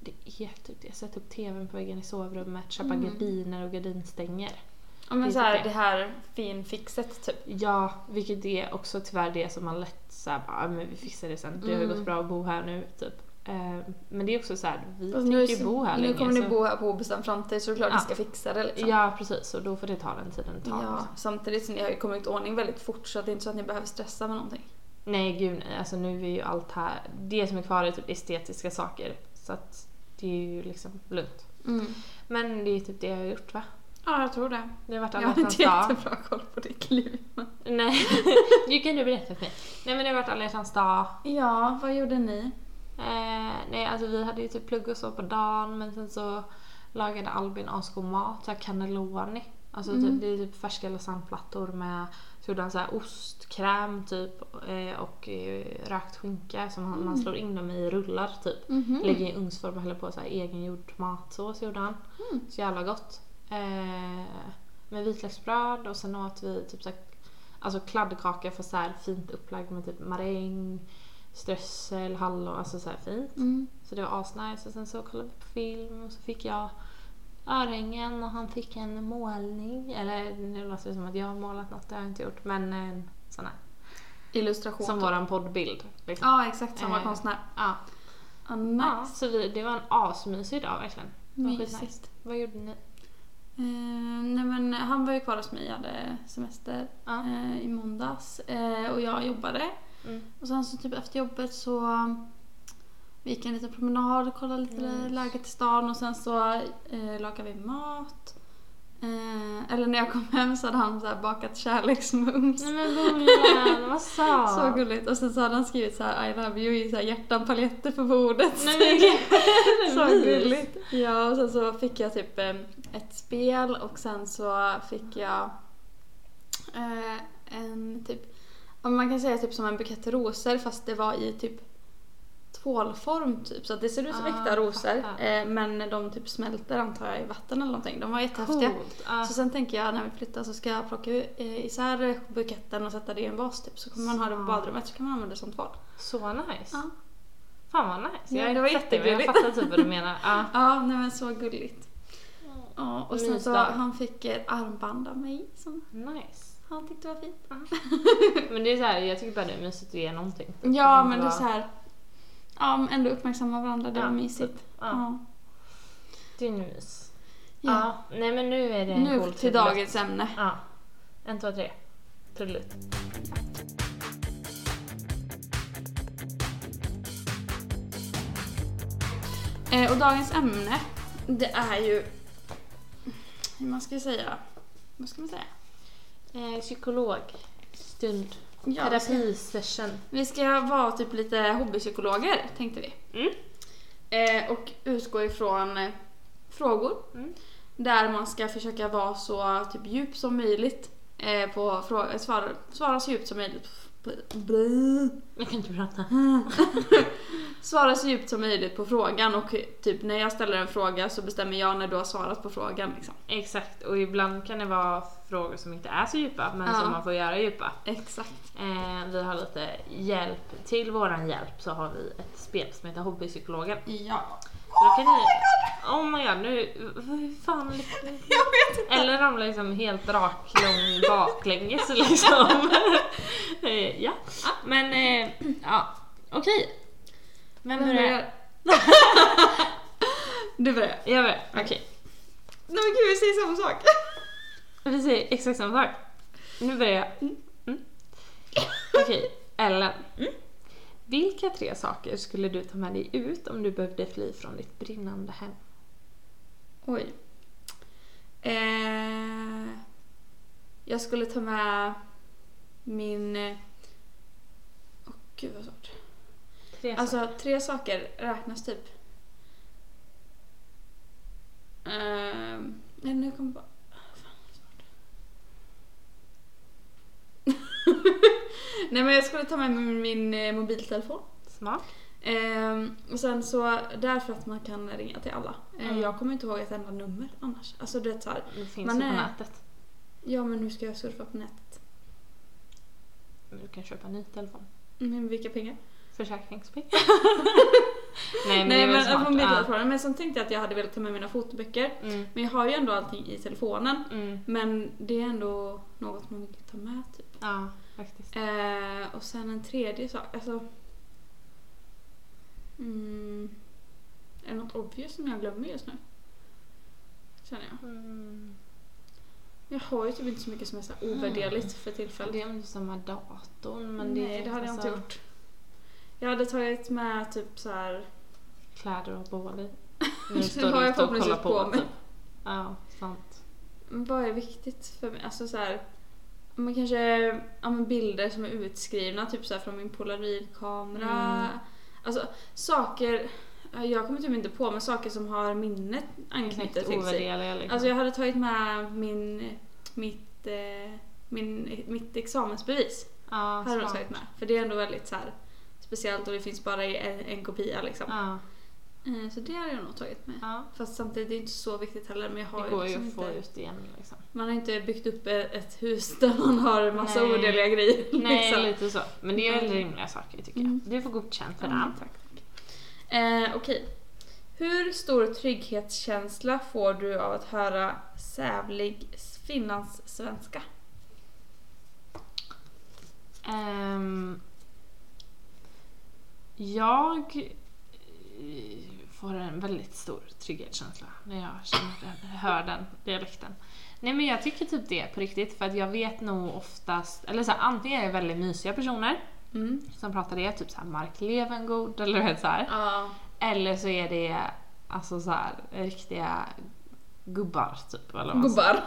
Det är typ det. Sätta upp tvn på väggen i sovrummet, köpa Mm. gardiner och gardinstänger. Ja men Det är så här, typ det det. här finfixet typ. Ja, vilket är också tyvärr det som man lätt såhär bara, "Ja, men vi fixar det sen. Det har ju Mm. gått bra att bo här nu typ. Eh, Men det är också såhär, vi Fast tänker ju bo här Alltså, nu länge. kommer ni så- bo här på obestämd framtid så det är klart Ja. ni ska fixa det liksom. Ja precis, och då får det ta den tiden det tar. Ja, liksom. Samtidigt som ni har ju kommit i ordning väldigt fort så att det är inte så att ni behöver stressa med någonting. Nej gud nej, alltså nu är ju allt här, det som är kvar är typ estetiska saker. Så att det är ju liksom lugnt. Men det är typ det jag har gjort va? Ja jag tror det. typ- Det har varit Jag alla har hjärtans inte dag. jättebra koll på ditt liv. Nej, nu kan du berätta för mig. Nej men det har varit alla hjärtans dag. Ja, vad gjorde ni? Eh, nej alltså vi hade ju typ plugg och så på dagen men sen så lagade Albin asgod mat, såhär cannelloni. Alltså Mm. typ, det är typ färska lasagneplattor med så gjorde han såhär ostkräm typ eh, och eh, rökt skinka som han, man slår in dem i rullar typ. Mhm. Lägger i ugnsform och häller på så här egengjord matsås gjorde han. Mm. Så jävla gott. Eh, med vitlöksbröd och sen åt vi typ så här, alltså kladdkaka för så här fint upplagd med typ maräng, strössel, hallon, alltså så här fint. Så det var asnice och sen så kollade vi på film och så fick jag örhängen och han fick en målning. Eller nu låter det som att jag har målat något, det har jag inte gjort. Men en sån här. Illustration. typ. Som våran poddbild. Liksom. Ja, exakt samma Eh, konstnär. Ja. Ah, Ja, nice. så vi, det var en asmysig dag verkligen. Det var Mysigt. skitnice. Vad gjorde ni? Eh, nej men han var ju kvar hos mig, jag hade semester Ja. eh, i måndags eh, och jag jobbade. Mm. Och sen så typ efter jobbet så Vi gick en liten promenad och kollade lite Nice. läget i stan och sen så eh, lagade vi mat. Eh, eller när jag kom hem så hade han så här bakat kärleksmums. Nej men gullan, vad sa? Så gulligt. Och sen så hade han skrivit så här I love you i så här hjärtan paljetter på bordet. Nej men gud. så Mys. gulligt. Ja, och sen så fick jag typ eh, ett spel och sen så fick jag eh, en typ, ja, man kan säga typ som en bukett rosor fast det var i typ tvålform typ. Så att det ser ut som Ah, äkta rosor fattar. eh, men de typ smälter antar jag i vatten eller någonting. De var jättehäftiga. Coolt. Ja. Så sen tänker jag när vi flyttar så ska jag plocka eh, isär buketten och sätta det i en vas typ. Så kommer man ha det på Smart. badrummet så kan man använda det som tvål. Så nice. Ja. Fan vad nice. Ja, Jag det var fattar, men jag jättegulligt. fattar typ vad du menar. Ja. Ja, nej men så gulligt. Ja, och sen så Mysigt. han fick ett armband av mig som Nice. han tyckte var fint. Men det är så här, jag tycker bara det är mysigt att ge någonting. Ja, Mm, men det är bra. så här. Ja, men ändå uppmärksamma varandra, det Ja, typ. var mysigt. Ja, Ja. det är mys. Ja. Ja. Nej men nu är det en Nu cool till trudelutt. dagens ämne. Ja. En, två, tre. Trudelutt. Eh, och dagens ämne, det är ju... Hur man ska säga? Vad ska man säga? Eh, psykolog. Stund. Ja, vi, ska, Terapisession. vi ska vara typ lite hobbypsykologer, tänkte vi. Mm. Eh, och utgå ifrån eh, frågor Mm. där man ska försöka vara så typ djup som möjligt eh, på frågor, svara, svara så djupt som möjligt. Jag kan inte prata. Svara så djupt som möjligt på frågan och typ när jag ställer en fråga så bestämmer jag när du har svarat på frågan liksom. Exakt, och ibland kan det vara frågor som inte är så djupa men Ja. som man får göra djupa. Exakt. Eh, vi har lite hjälp, till våran hjälp så har vi ett spel som heter Hobbypsykologen. Ja. Så då kan ni... Oh my god! nu... Hur fan... Jag vet inte. Eller ramla liksom helt rak, lång baklänges liksom. Eh, ja. Men, eh, ja. Okej. Vem börjar? du börjar. Jag börjar. Okej. Nej men gud vi säger samma sak. Vi säger exakt samma sak. Nu börjar jag. Mm. Mm. Okej, Ellen. Mm. Vilka tre saker skulle du ta med dig ut om du behövde fly från ditt brinnande hem? Oj. Eh, jag skulle ta med min... eh, Åh gud vad svårt. Tre saker. Alltså tre saker räknas typ. Ehm, nej nu kommer jag bara... Ah, Fan, vad svårt. nej men jag skulle ta med mig min, min eh, mobiltelefon. Smart. Ehm, och sen så, därför att man kan ringa till alla. Ehm, Mm. Jag kommer inte ihåg ett enda nummer annars. Alltså du vet såhär, Det finns Man ju på är- nätet. ja men hur ska jag surfa på nätet? Men Du kan köpa en ny telefon. Med Mm, vilka pengar? Försäkringspengar. Nej men det Nej är väl men smart. från mobiltelefonen. Men sen tänkte jag att jag hade velat ta med mina fotoböcker. Ja. Mm. Men jag har ju ändå allting i telefonen. Mm. Men det är ändå något man vill ta med typ. Ja, faktiskt. Eh, och sen en tredje sak, alltså... Mm, är det något obvious som jag glömmer just nu? Känner jag. Mm. Jag har ju typ inte så mycket som är så här ovärderligt Mm. för tillfället. Det är om du som har datorn men det Nej, det hade jag inte alltså, gjort. Jag hade tagit med typ så här... Kläder att hoppa hål i. Nu Nu står har du jag ute och kollar förhoppningsvis på på. mig. Typ. Ja, sant. Vad är viktigt för mig? Alltså så här... Man kanske... Ja, men bilder som är utskrivna typ så här från min polaroidkamera. Mm. Alltså saker... Jag kommer typ inte på, men saker som har minnet anknutet Knäckt till sig. ovärderliga liksom. Alltså jag hade tagit med min... Mitt... Eh, min, mitt examensbevis. ja, hade de smart. tagit med. För det är ändå väldigt så här speciellt och det finns bara i en, en kopia liksom. Ja, Eh, Så det har jag nog tagit med. ja. Fast samtidigt, det är inte så viktigt heller. Men jag har Det ju går ju liksom att få inte, ut igen liksom. man har inte byggt upp ett, ett hus där man har en massa Nej. odeliga grejer. Nej, liksom. lite så. Men det är väldigt Mm. rimliga saker tycker jag. Mm. Du får godkänt för Ja, det. tack, tack. Eh, Okej. Hur stor trygghetskänsla får du av att höra sävlig finlandssvenska? Ehm, jag eh, får en väldigt stor trygghetskänsla när jag känner den, hör den dialekten. Nej men jag tycker typ det på riktigt för att jag vet nog oftast, eller så här, antingen är jag väldigt mysiga personer Mm. som pratar det, typ såhär Mark Levengood eller du vet såhär. Ja. Eller så är det alltså så här, riktiga gubbar typ. Eller vad man Gubbar.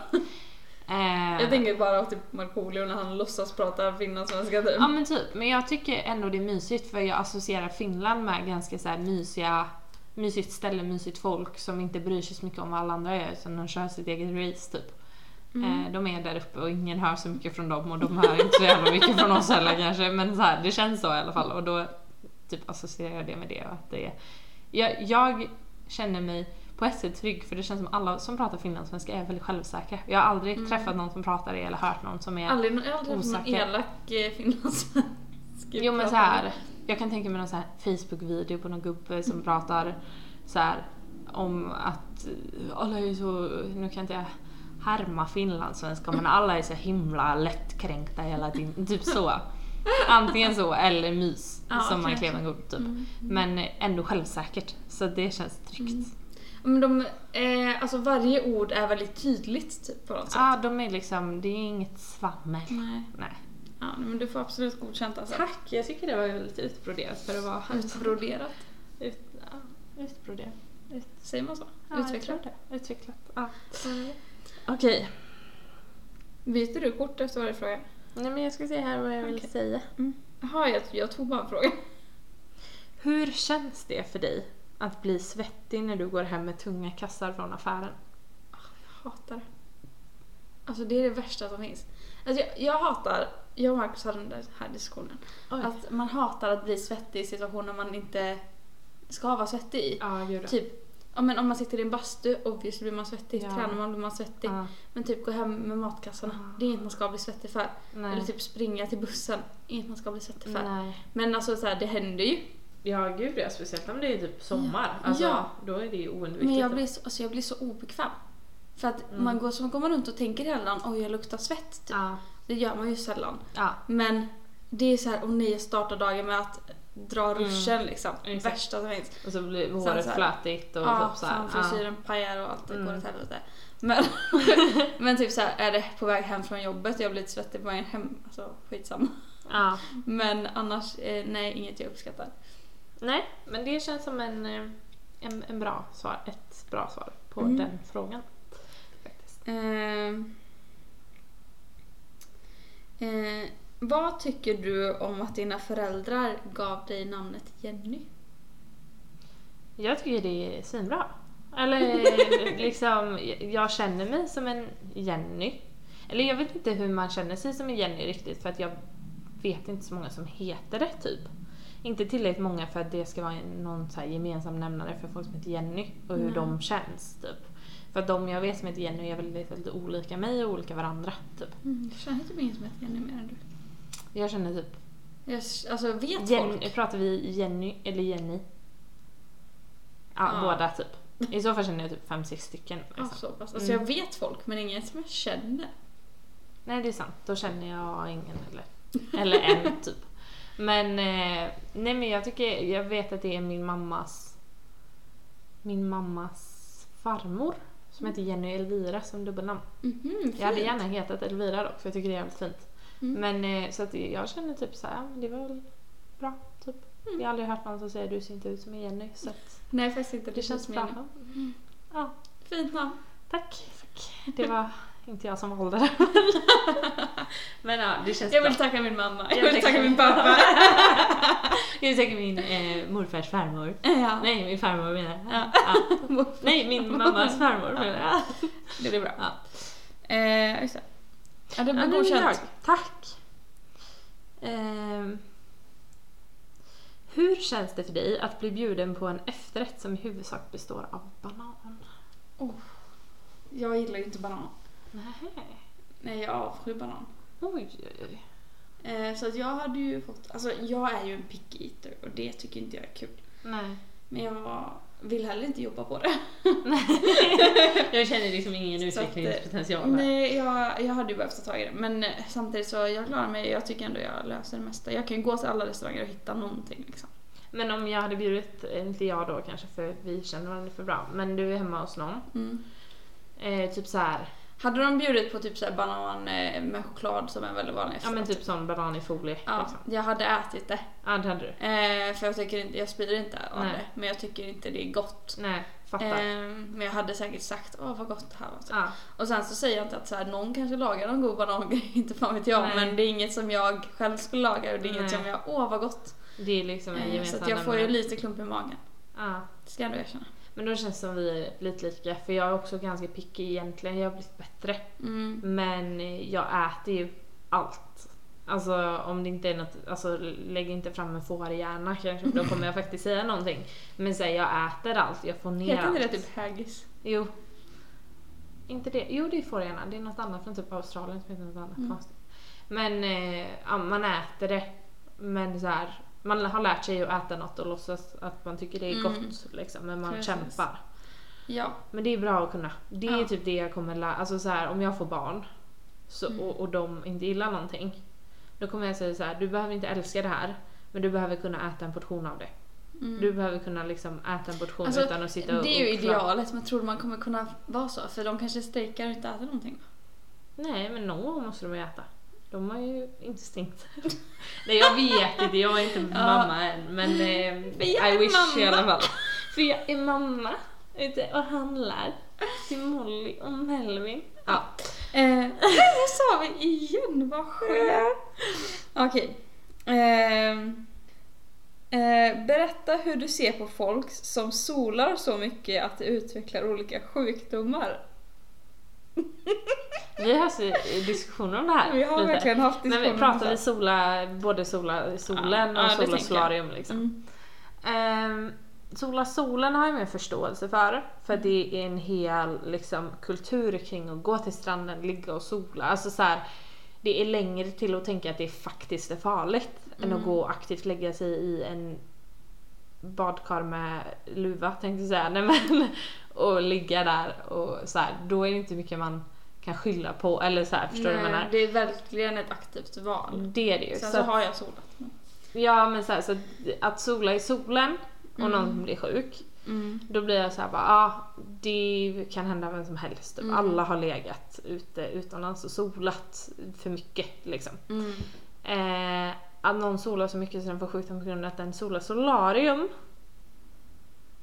säger. Eh, Jag tänker bara på typ Markoolio när han låtsas prata finlandssvenska typ. Ja men typ, men jag tycker ändå det är mysigt för jag associerar Finland med ganska så här mysiga, mysigt ställe, mysigt folk som inte bryr sig så mycket om vad alla andra gör utan de kör sitt eget race typ. Eh, de är där uppe och ingen hör så mycket från dem och de hör inte så jävla mycket från oss heller kanske men så här, det känns så i alla fall och då typ associerar jag det med det och att det är... Jag, jag känner mig på ett sätt trygg för det känns som alla som pratar finlandssvenska är väldigt självsäkra. Jag har aldrig träffat någon som pratar det eller hört någon som är Aldrig, jag har aldrig haft någon Eh, Osäker. elak eh, finlandssvensk. Jo men så här. jag kan tänka mig någon så här Facebook-video på någon gubbe som pratar så här om att eh, alla är så, nu kan inte jag härma finlandssvenska men alla är så himla lättkränkta hela tiden, typ så. Antingen så eller mys Ja, som man kanske. klev en god typ. Mm. Men ändå självsäkert, så det känns tryggt. Men de, eh, alltså varje ord är väldigt tydligt typ på något sätt. Ja, de är liksom, det är inget svammel. Nej. Nej. Ja, men du får absolut godkänt alltså. Tack, jag tycker det var lite utbroderat för att vara Utbroderat. ut, ja, utbroderat. Säger man så? Utvecklat. Utvecklat. Utvecklat. Ja. Okej. Byter du kort efter varje fråga? Nej men jag ska se här vad jag Okej. säga. Jaha, jag, jag tog bara en fråga. Hur känns det för dig att bli svettig när du går hem med tunga kassar från affären? hatar det. Alltså det är det värsta som finns. Alltså jag, jag hatar, jag och Marcus hade den här diskussionen, Att, att man hatar att bli svettig i situationer man inte ska vara svettig i. ja, gud. Typ, ja, men om man sitter i en bastu, obviously blir man svettig, Ja. tränar man blir man svettig. ja. Men typ gå hem med matkassarna, Ah. det är inget man ska bli svettig för. Nej. Eller typ springa till bussen, inget man ska bli svettig för. Nej. Men alltså så här, det händer ju. Ja gud ja, speciellt om det är typ sommar. Ja. Ja. Då är det ju oundvikligt. Men jag blir, så, alltså jag blir så obekväm. För att man går, så går man runt och tänker hela dagen, oj jag luktar svett. Typ. Ja. Det gör man ju sällan. ja. Men det är så här, och ni startar dagen med att dra ruschen liksom. Exakt. Värsta som finns. Och så blir Sen håret så här- flötigt och Ja, typ så här. Mm. fan frisyren pajar och allt det går åt helvete. Men, men typ så här, är det på väg hem från jobbet jag blir lite svettig på vägen hem, alltså skitsamma. Ja. Men annars, eh, nej inget jag uppskattar. Nej, men det känns som en, eh, en, en bra svar, ett bra svar på Mm. den frågan. Faktiskt. Ehm. Eh, vad tycker du om att dina föräldrar gav dig namnet Jenny? Jag tycker det är svinbra. Eller liksom, jag känner mig som en Jenny. Eller jag vet inte hur man känner sig som en Jenny riktigt för att jag vet inte så många som heter det typ. Inte tillräckligt många för att det ska vara någon så här gemensam nämnare för folk som heter Jenny och hur Nej. de känns typ. För att de jag vet som heter Jenny är väldigt, väldigt olika mig och olika varandra typ. Mm, jag känner typ ingen som heter Jenny mer än du. Jag känner typ Jag, s- alltså vet Jenny, folk? pratar vi Jenny eller Jenny? Ja, Ja. båda typ. I så fall känner jag typ fem sex stycken. Ja, Liksom. så pass. Alltså Mm. jag vet folk men ingen som jag känner. Nej, det är sant. Då känner jag ingen eller, eller en typ. Men, eh, nej men jag tycker, jag vet att det är min mammas, min mammas farmor som heter Jenny Elvira som dubbelnamn. Mhm, Jag hade fint. gärna hetat Elvira dock för jag tycker det är jävligt fint. Mm. Men eh, så att jag känner typ så här, ja, men det var väl bra typ. Jag har aldrig hört någon som säger du ser inte ut som en Jenny så att Nej faktiskt inte. Det känns som bra. Jenny. Ja, Fint namn. tack. Det var inte jag som valde det. Men ja, det känns Jag bra. vill tacka min mamma. Jag Jag vill tackar tacka min min pappa. Jag vill tacka min eh, morfars farmor. ja. Nej, min farmor menar jag. Ja. Ja. Nej, min mammas farmor menar jag. Det blir bra. Ja. Eh, just det. Ja, det blir Ja, nu är jag. godkänt. Tack. Ehm, hur känns det för dig att bli bjuden på en efterrätt som i huvudsak består av banan? Jag gillar ju inte banan. Nej. Nej, jag avskyr banan. Oj, oj, oj. Eh, så att jag hade ju fått... Alltså jag är ju en picky eater och det tycker inte jag är kul. Nej. Men jag vill heller inte jobba på det. Jag känner liksom ingen Så att, eh, utvecklingspotential här. Nej, jag, jag hade ju behövt ta tag i det. Men eh, samtidigt så jag klarar mig. Jag tycker ändå jag löser det mesta. Jag kan ju gå till alla restauranger och hitta någonting liksom. Men om jag hade bjudit, eh, inte jag då kanske för vi känner varandra för bra, men du är hemma hos någon. Mm. Eh, typ så här. Hade de bjudit på typ så här banan eh, med choklad som är väldigt vanlig Ja men typ sån banan i folie. Ja, Liksom. jag hade ätit det. ja det hade du. Eh, för jag tycker inte, jag spyr inte av Nej. det. Men jag tycker inte det är gott. Nej, fattar. Eh, men jag hade säkert sagt åh vad gott det här var. Så. Ja. Och sen så säger jag inte att så här, någon kanske lagar någon god banangrej, inte fan vet jag. Nej. Men det är inget som jag själv skulle laga och det är inget Nej. som jag, åh vad gott. Det är liksom en Eh, så gemensam att jag får ju nämnare. lite klump i magen. ja. Det ska jag ändå erkänna. Men då känns det som vi är lite lika för jag är också ganska picky egentligen. Jag har blivit bättre. Mm. Men jag äter ju allt. Alltså om det inte är något, alltså lägg inte fram en fårhjärna kanske för då kommer jag faktiskt säga någonting. Men säg jag äter allt, jag får ner Heter allt. inte det typ haggis? Jo. Inte det. Jo, det är fårhjärna. Det är något annat från typ Australien som heter något annat Mm. konstigt. Men eh, ja, man äter det. Men så här, man har lärt sig att äta något och låtsas att man tycker det är Mm. gott liksom, men man Precis. kämpar. Ja. Men det är bra att kunna. Det är Ja. typ det jag kommer lära Alltså så här, om jag får barn så, Mm. och, och de inte gillar någonting. Då kommer jag säga så här, du behöver inte älska det här. Men du behöver kunna äta en portion av det. Mm. Du behöver kunna liksom äta en portion Alltså, utan att sitta och det är ju och klaga. idealet, men tror du man kommer kunna vara så? För de kanske strejkar och inte äter någonting. Nej, men någon gång måste de ju äta. De har ju instinkt. Nej, jag vet inte. Jag är inte mamma än. Men eh, För jag är I wish i mamma. alla fall. För jag är mamma. Ute och handlar. Till Molly och Melvin. Ja. Eh, det sa vi igen, vad skönt! Okej. Ehm, eh, berätta hur du ser på folk som solar så mycket att de utvecklar olika sjukdomar. Vi har så diskussioner om det här. Vi har lite. verkligen haft Men diskussioner vi om pratar det. vi sola, både sola, solen Ja, ja, och det tänker sola jag. solarium liksom. Mm. Ehm, sola solen har jag mer förståelse för. För det är en hel liksom, kultur kring att gå till stranden, ligga och sola. Alltså så här, det är längre till att tänka att det faktiskt är farligt än att Mm. gå och aktivt lägga sig i en badkar med luva tänkte jag säga. Nej, men, och ligga där och så här, då är det inte mycket man kan skylla på. Eller så här, förstår du vad Nej, jag menar? Eh, Det är verkligen ett aktivt val. Det är det ju. Sen Så så alltså att- har jag solat. Ja men så, här, så att, att sola i solen och Mm. någon blir sjuk, då blir jag så här bara ah, det kan hända vem som helst. Typ. Mm. Alla har legat ute utomlands och solat för mycket liksom. Mm. Eh, att någon solar så mycket så den får sjukdom på grund av att den solar solarium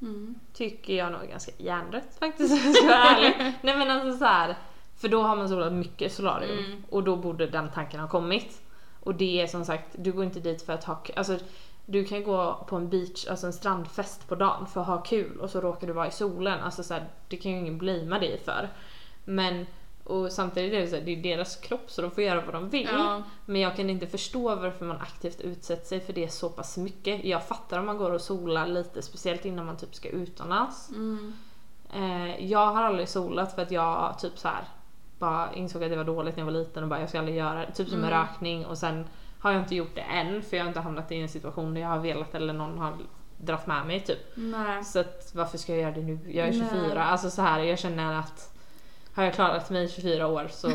Mm. tycker jag nog är ganska hjärndött faktiskt om jag ska vara ärlig. Nej men alltså så här, för då har man solat mycket solarium Mm. och då borde den tanken ha kommit. Och det är som sagt, du går inte dit för att ha k- alltså du kan gå på en beach, alltså en strandfest på dagen för att ha kul och så råkar du vara i solen. Alltså så här, det kan ju ingen blamea dig för. Men och samtidigt är det så här, det är deras kropp så de får göra vad de vill. Ja. Men jag kan inte förstå varför man aktivt utsätter sig för det så pass mycket. Jag fattar om man går och solar lite, speciellt innan man typ ska utomlands. Mm. Eh, jag har aldrig solat för att jag typ så här bara insåg att det var dåligt när jag var liten och bara jag ska aldrig göra det. Typ som med Mm. rökning och sen har jag inte gjort det än för jag har inte hamnat i en situation där jag har velat eller någon har dragit med mig typ. Nej. Så att varför ska jag göra det nu? Jag är Nej. 24. Alltså så här, jag känner att har jag klarat mig i 24 år så,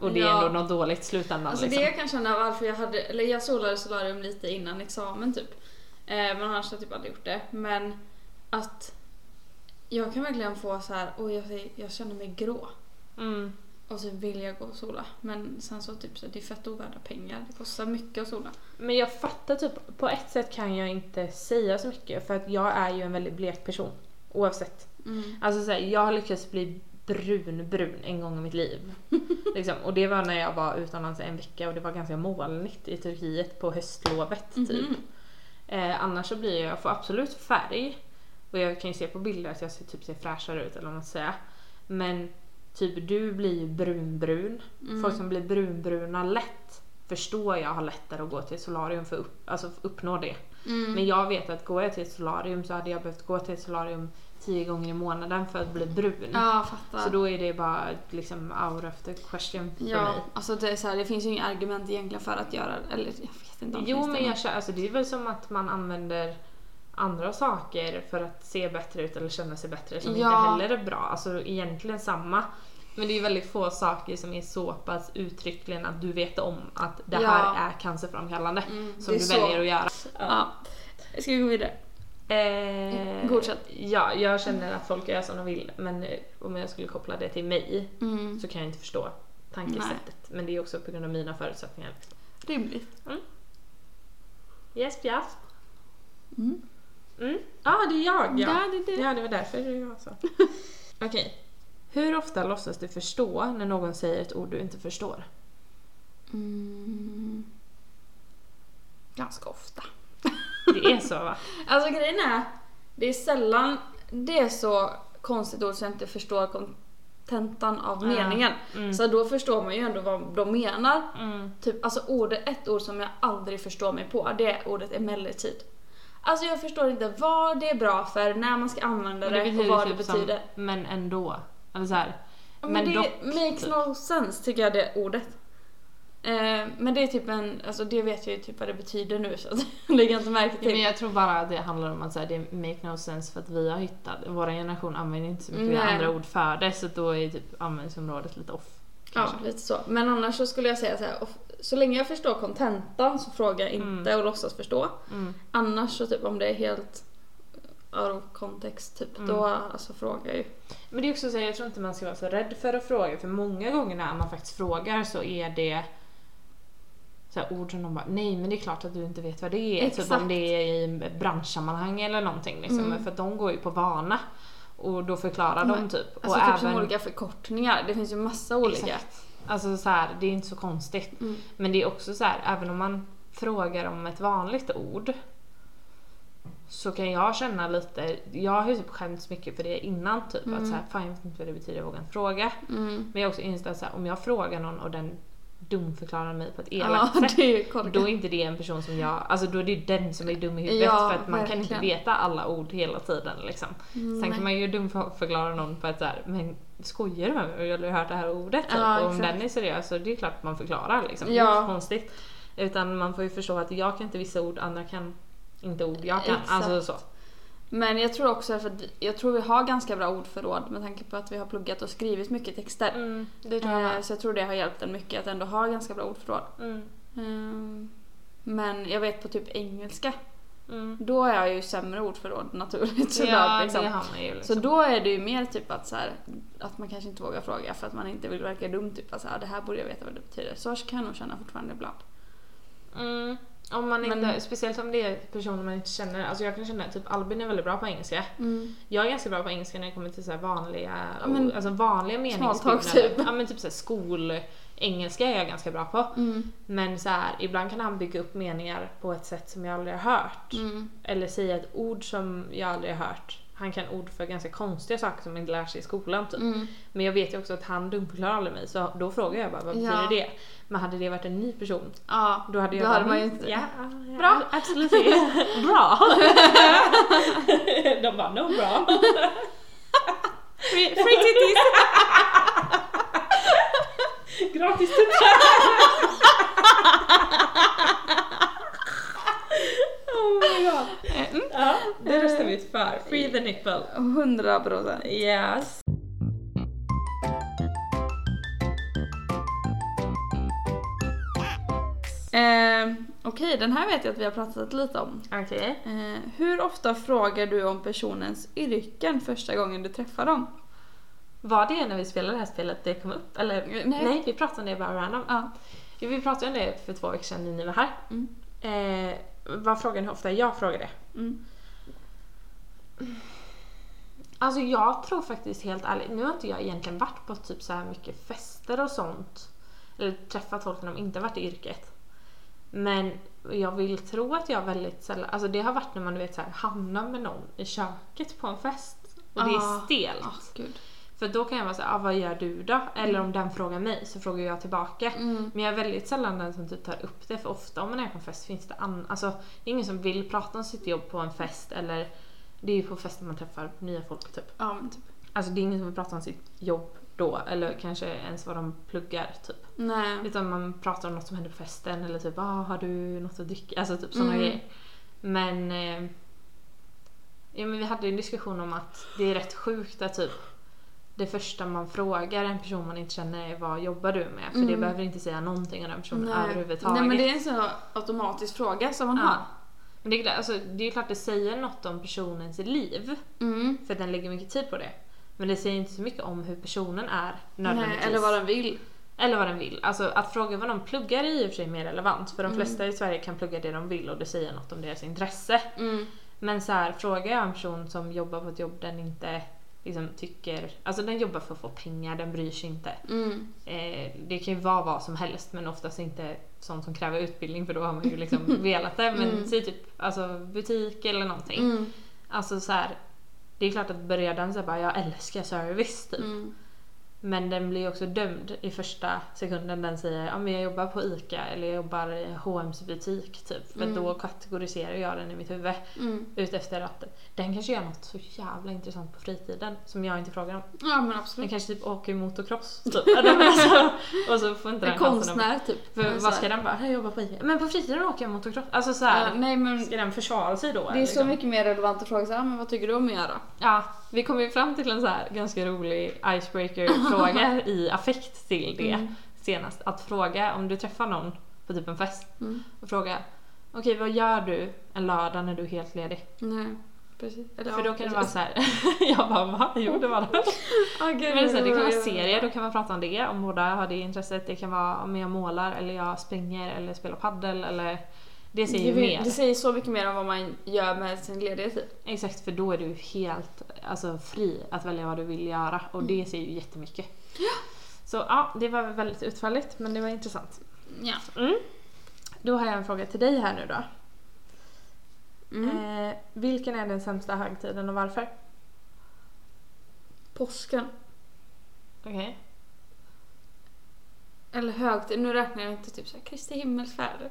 och det är Ja. ändå något dåligt i slutändan Alltså liksom. det jag kan känna varför jag hade, eller jag solade solarium lite innan examen typ. Eh, men annars har jag typ aldrig gjort det. Men att jag kan verkligen få så här, oj jag, jag känner mig grå. Mm. Och så vill jag gå och sola. Men sen så typ så det är fett ovärda pengar. Det kostar mycket att sola. Men jag fattar typ, på ett sätt kan jag inte säga så mycket för att jag är ju en väldigt blek person. Oavsett. Alltså så här, jag har lyckats bli brun, brun en gång i mitt liv. liksom. Och det var när jag var utomlands en vecka och det var ganska molnigt i Turkiet på höstlovet typ. Mhm. Eh, annars så blir jag, jag får absolut färg. Och jag kan ju se på bilder att jag ser, typ ser fräschare ut eller vad man ska säga. Men typ du blir ju brunbrun. Mm. Folk som blir brunbruna lätt förstår jag har lättare att gå till solarium för att upp, alltså för att uppnå det. Mm. Men jag vet att går jag till ett solarium så hade jag behövt gå till ett solarium tio gånger i månaden för att bli brun. Ja, jag fattar. Så då är det bara liksom out of the question för ja, mig. alltså det är så här, det finns ju inga argument egentligen för att göra Eller jag vet inte om det Jo finns det, men jag känner, alltså det är väl som att man använder andra saker för att se bättre ut eller känna sig bättre som inte Ja. heller är bra. Alltså egentligen samma. Men det är ju väldigt få saker som är så pass uttryckligen att du vet om att det Ja. här är cancerframkallande. Mm, som det du är så. väljer att göra. Ja. Ska vi gå vidare? Eh, Mm, Godkänt. Ja, jag känner att folk gör som de vill men eh, om jag skulle koppla det till mig Mm. så kan jag inte förstå tankesättet. Men det är också på grund av mina förutsättningar. Rimligt. Yes, yes. Mm. Mm. ah, det är jag ja. Ja, det är du. Ja, det var därför jag sa. Okej. Hur ofta låtsas du förstå när någon säger ett ord du inte förstår? Mm. Ganska ofta. Det är så va? Alltså grejen är, det är sällan det är så konstigt ord så jag inte förstår kontentan av Ja. meningen. Mm. Så då förstår man ju ändå vad de menar. Mm. Typ, alltså ordet, ett ord som jag aldrig förstår mig på, det är ordet emellertid. Alltså jag förstår inte vad det är bra för, när man ska använda Men det, och vad det typ betyder. Som, men ändå. Eller så här. Ja, men Men, det dock, makes typ. no sense tycker jag det ordet. Eh, men det är typ en, alltså det vet jag ju typ vad det betyder nu så att jag lägger inte märke Ja, men till. jag tror bara att det handlar om att så här, det make no sense för att vi har hittat, vår generation använder inte så mycket Nej. andra ord för det så då är typ användningsområdet lite off. Ja, Kanske. lite så. Men annars så skulle jag säga så här, of- så länge jag förstår kontentan så frågar jag inte och låtsas förstå. Mm. Annars så typ om det är helt out of context typ, Mm. då alltså frågar jag ju. Men det är också så här, jag tror inte man ska vara så rädd för att fråga för många gånger när man faktiskt frågar så är det så här, ord som de bara nej men det är klart att du inte vet vad det är. Typ Exakt. Mm. om det är i branschsammanhang eller någonting liksom. För att de går ju på vana och då förklarar de typ. Alltså och typ som olika förkortningar, det finns ju massa olika. Exakt. Alltså så här, det är inte så konstigt. Mm. Men det är också så här, även om man frågar om ett vanligt ord så kan jag känna lite, jag har ju typ skämts mycket för det innan typ att så här, fan jag vet inte vad det betyder, jag vågar inte fråga. Mm. Men jag har också insett så här, om jag frågar någon och den dumförklarar mig på ett Ja, elakt sätt det är ju korkat. då är inte det en person som jag, alltså då är det den som är dum i huvudet Ja, för att man kan inte verkligen. veta alla ord hela tiden liksom. Sen Mm, nej. kan man ju dumförklara någon på att såhär, men skojar du med mig? Jag har aldrig hört det här ordet typ. Ja, och om exakt. den är seriös så det är klart att man förklarar liksom. Det är Ja. inte konstigt. Utan man får ju förstå att jag kan inte vissa ord, andra kan inte ord jag kan. Exakt. Alltså så. Men jag tror också för att vi- jag tror vi har ganska bra ordförråd med tanke på att vi har pluggat och skrivit mycket texter. Mm, det tror jag Eh, med. Så jag tror det har hjälpt en mycket att ändå ha ganska bra ordförråd. mm, Ehm, Men jag vet på typ engelska, mm. då är jag ju sämre ordförråd naturligt Ja, såklart. det Liksom. har man ju Så liksom. då är det ju mer typ att, så här, att man kanske inte vågar fråga för att man inte vill verka dum. Typ att så här, det här borde jag veta vad det betyder. Så kan jag nog känna fortfarande ibland. Mm. Om man inte, Men- speciellt om det är personer man inte känner. Alltså jag kan känna att typ Albin är väldigt bra på engelska. Jag är ganska bra på engelska när det kommer till så här vanliga, Ja, men- alltså vanliga meningsbyggnader. typ. Ja men typ så här skolengelska är jag ganska bra på. Mm. Men så här, ibland kan han bygga upp meningar på ett sätt som jag aldrig har hört. Mm. Eller säga ett ord som jag aldrig har hört. Han kan ord för ganska konstiga saker som man inte lär sig i skolan Mm. typ. Men jag vet ju också att han dumförklarar aldrig mig så då frågar jag bara vad betyder Ja. det? Men hade det varit en ny person Ja, då hade jag Då bara, hade man ju "Mm, inte- Ja, ja, Bra. absolut. bra. De bara no bra. free titties! Gratis Oh my god. Ja, det röstar vi för. Free the nipple. 100 procent. Yes. Ehm, Okej, den här vet jag att vi har pratat lite om. Okej. Eh, hur ofta frågar du om personens yrken första gången du träffar dem? Var det när vi spelade det här spelet det kom upp? Eller Nej. nej, vi pratade om det bara random. Ja. Jo, Vi pratade om det för två veckor sedan när ni var här. Mm. Eh, vad frågan hur ofta jag frågar det. Mm. Alltså jag tror faktiskt helt ärligt, nu har inte jag egentligen varit på typ så här mycket fester och sånt. Eller träffat folk när de inte har varit i yrket. Men jag vill tro att jag väldigt sällan, alltså det har varit när man du vet så här, hamnar med någon i köket på en fest. Och det Ah. är stelt. Ah, gud. För då kan jag vara såhär, ah, vad gör du då? Eller om den frågar mig så frågar jag tillbaka. Mm. Men jag är väldigt sällan den som typ tar upp det för ofta om man är på en fest finns det an- alltså, det är ingen som vill prata om sitt jobb på en fest eller det är ju på fester man träffar nya folk typ. Ja, men typ. Alltså det är ingen som vill prata om sitt jobb då eller kanske ens vad de pluggar typ. Nej. Utan man pratar om något som händer på festen eller typ ah, har du något att dricka? Alltså typ sådana Mm. grejer. Men, eh, ja, men vi hade ju en diskussion om att det är rätt sjukt att typ det första man frågar en person man inte känner är vad jobbar du med? För det Mm. behöver inte säga någonting om den personen Nej. överhuvudtaget. Nej men det är en sån automatisk fråga som man Ja. har. Men det är, klart- alltså, det är klart det säger något om personens liv, Mm. för att den lägger mycket tid på det. Men det säger inte så mycket om hur personen är Nej, nödvändigtvis. eller vad den vill. Eller vad den vill. Alltså att fråga vad de pluggar är i och för sig mer relevant för de Mm. flesta i Sverige kan plugga det de vill och det säger något om deras intresse. Mm. Men så här, frågar jag en person som jobbar på ett jobb den inte liksom tycker, alltså den jobbar för att få pengar, den bryr sig inte. Mm. Eh, det kan ju vara vad som helst men oftast inte sånt som kräver utbildning för då har man ju liksom velat det. Men Mm. säg typ alltså, butik eller någonting. Mm. Alltså så här, det är klart att börjar den så här, bara jag älskar service typ. Mm. Men den blir ju också dömd i första sekunden den säger ja men jag jobbar på ICA eller jag jobbar i H&M's butik typ. För Mm. då kategoriserar jag den i mitt huvud Mm. utefter att den kanske gör något så jävla intressant på fritiden som jag inte frågar om. Ja men Den absolut. kanske typ åker motocross typ. Ja, nej, men alltså, och så får inte den En chansen. att- konstnär typ. För Så här. vad ska den bara? Jag jobbar på ICA. Men på fritiden åker jag motocross. Alltså Ja, såhär. nej men Ska den försvara sig då? liksom? det är så mycket mer relevant att fråga så här, men vad tycker du om att göra? Ja, vi kom ju fram till en så här ganska rolig icebreaker-fråga i affekt till det Mm. senast. Att fråga om du träffar någon på typ en fest Mm. och fråga Okej, vad gör du en lördag när du är helt ledig? Nej, precis. Eller, För ja, då kan det vara precis. så här. jag bara va? Jo det var det. Ah, gud, Men så här, det kan vara jag- serier, då kan man prata om det om båda har det intresset. Det kan vara om jag målar eller jag springer eller spelar paddel eller det säger ju det, mer. det säger så mycket mer om vad man gör med sin ledighet typ. Exakt, för då är du helt alltså, fri att välja vad du vill göra och Mm. det säger ju jättemycket. Så ja, det var väldigt utförligt men det var intressant. Ja. Mm. Då har jag en fråga till dig här nu då. Mm. Eh, vilken är den sämsta högtiden och varför? Påsken. Okej. Eller högt. Nu räknar jag inte typ såhär Kristi himmelsfärd.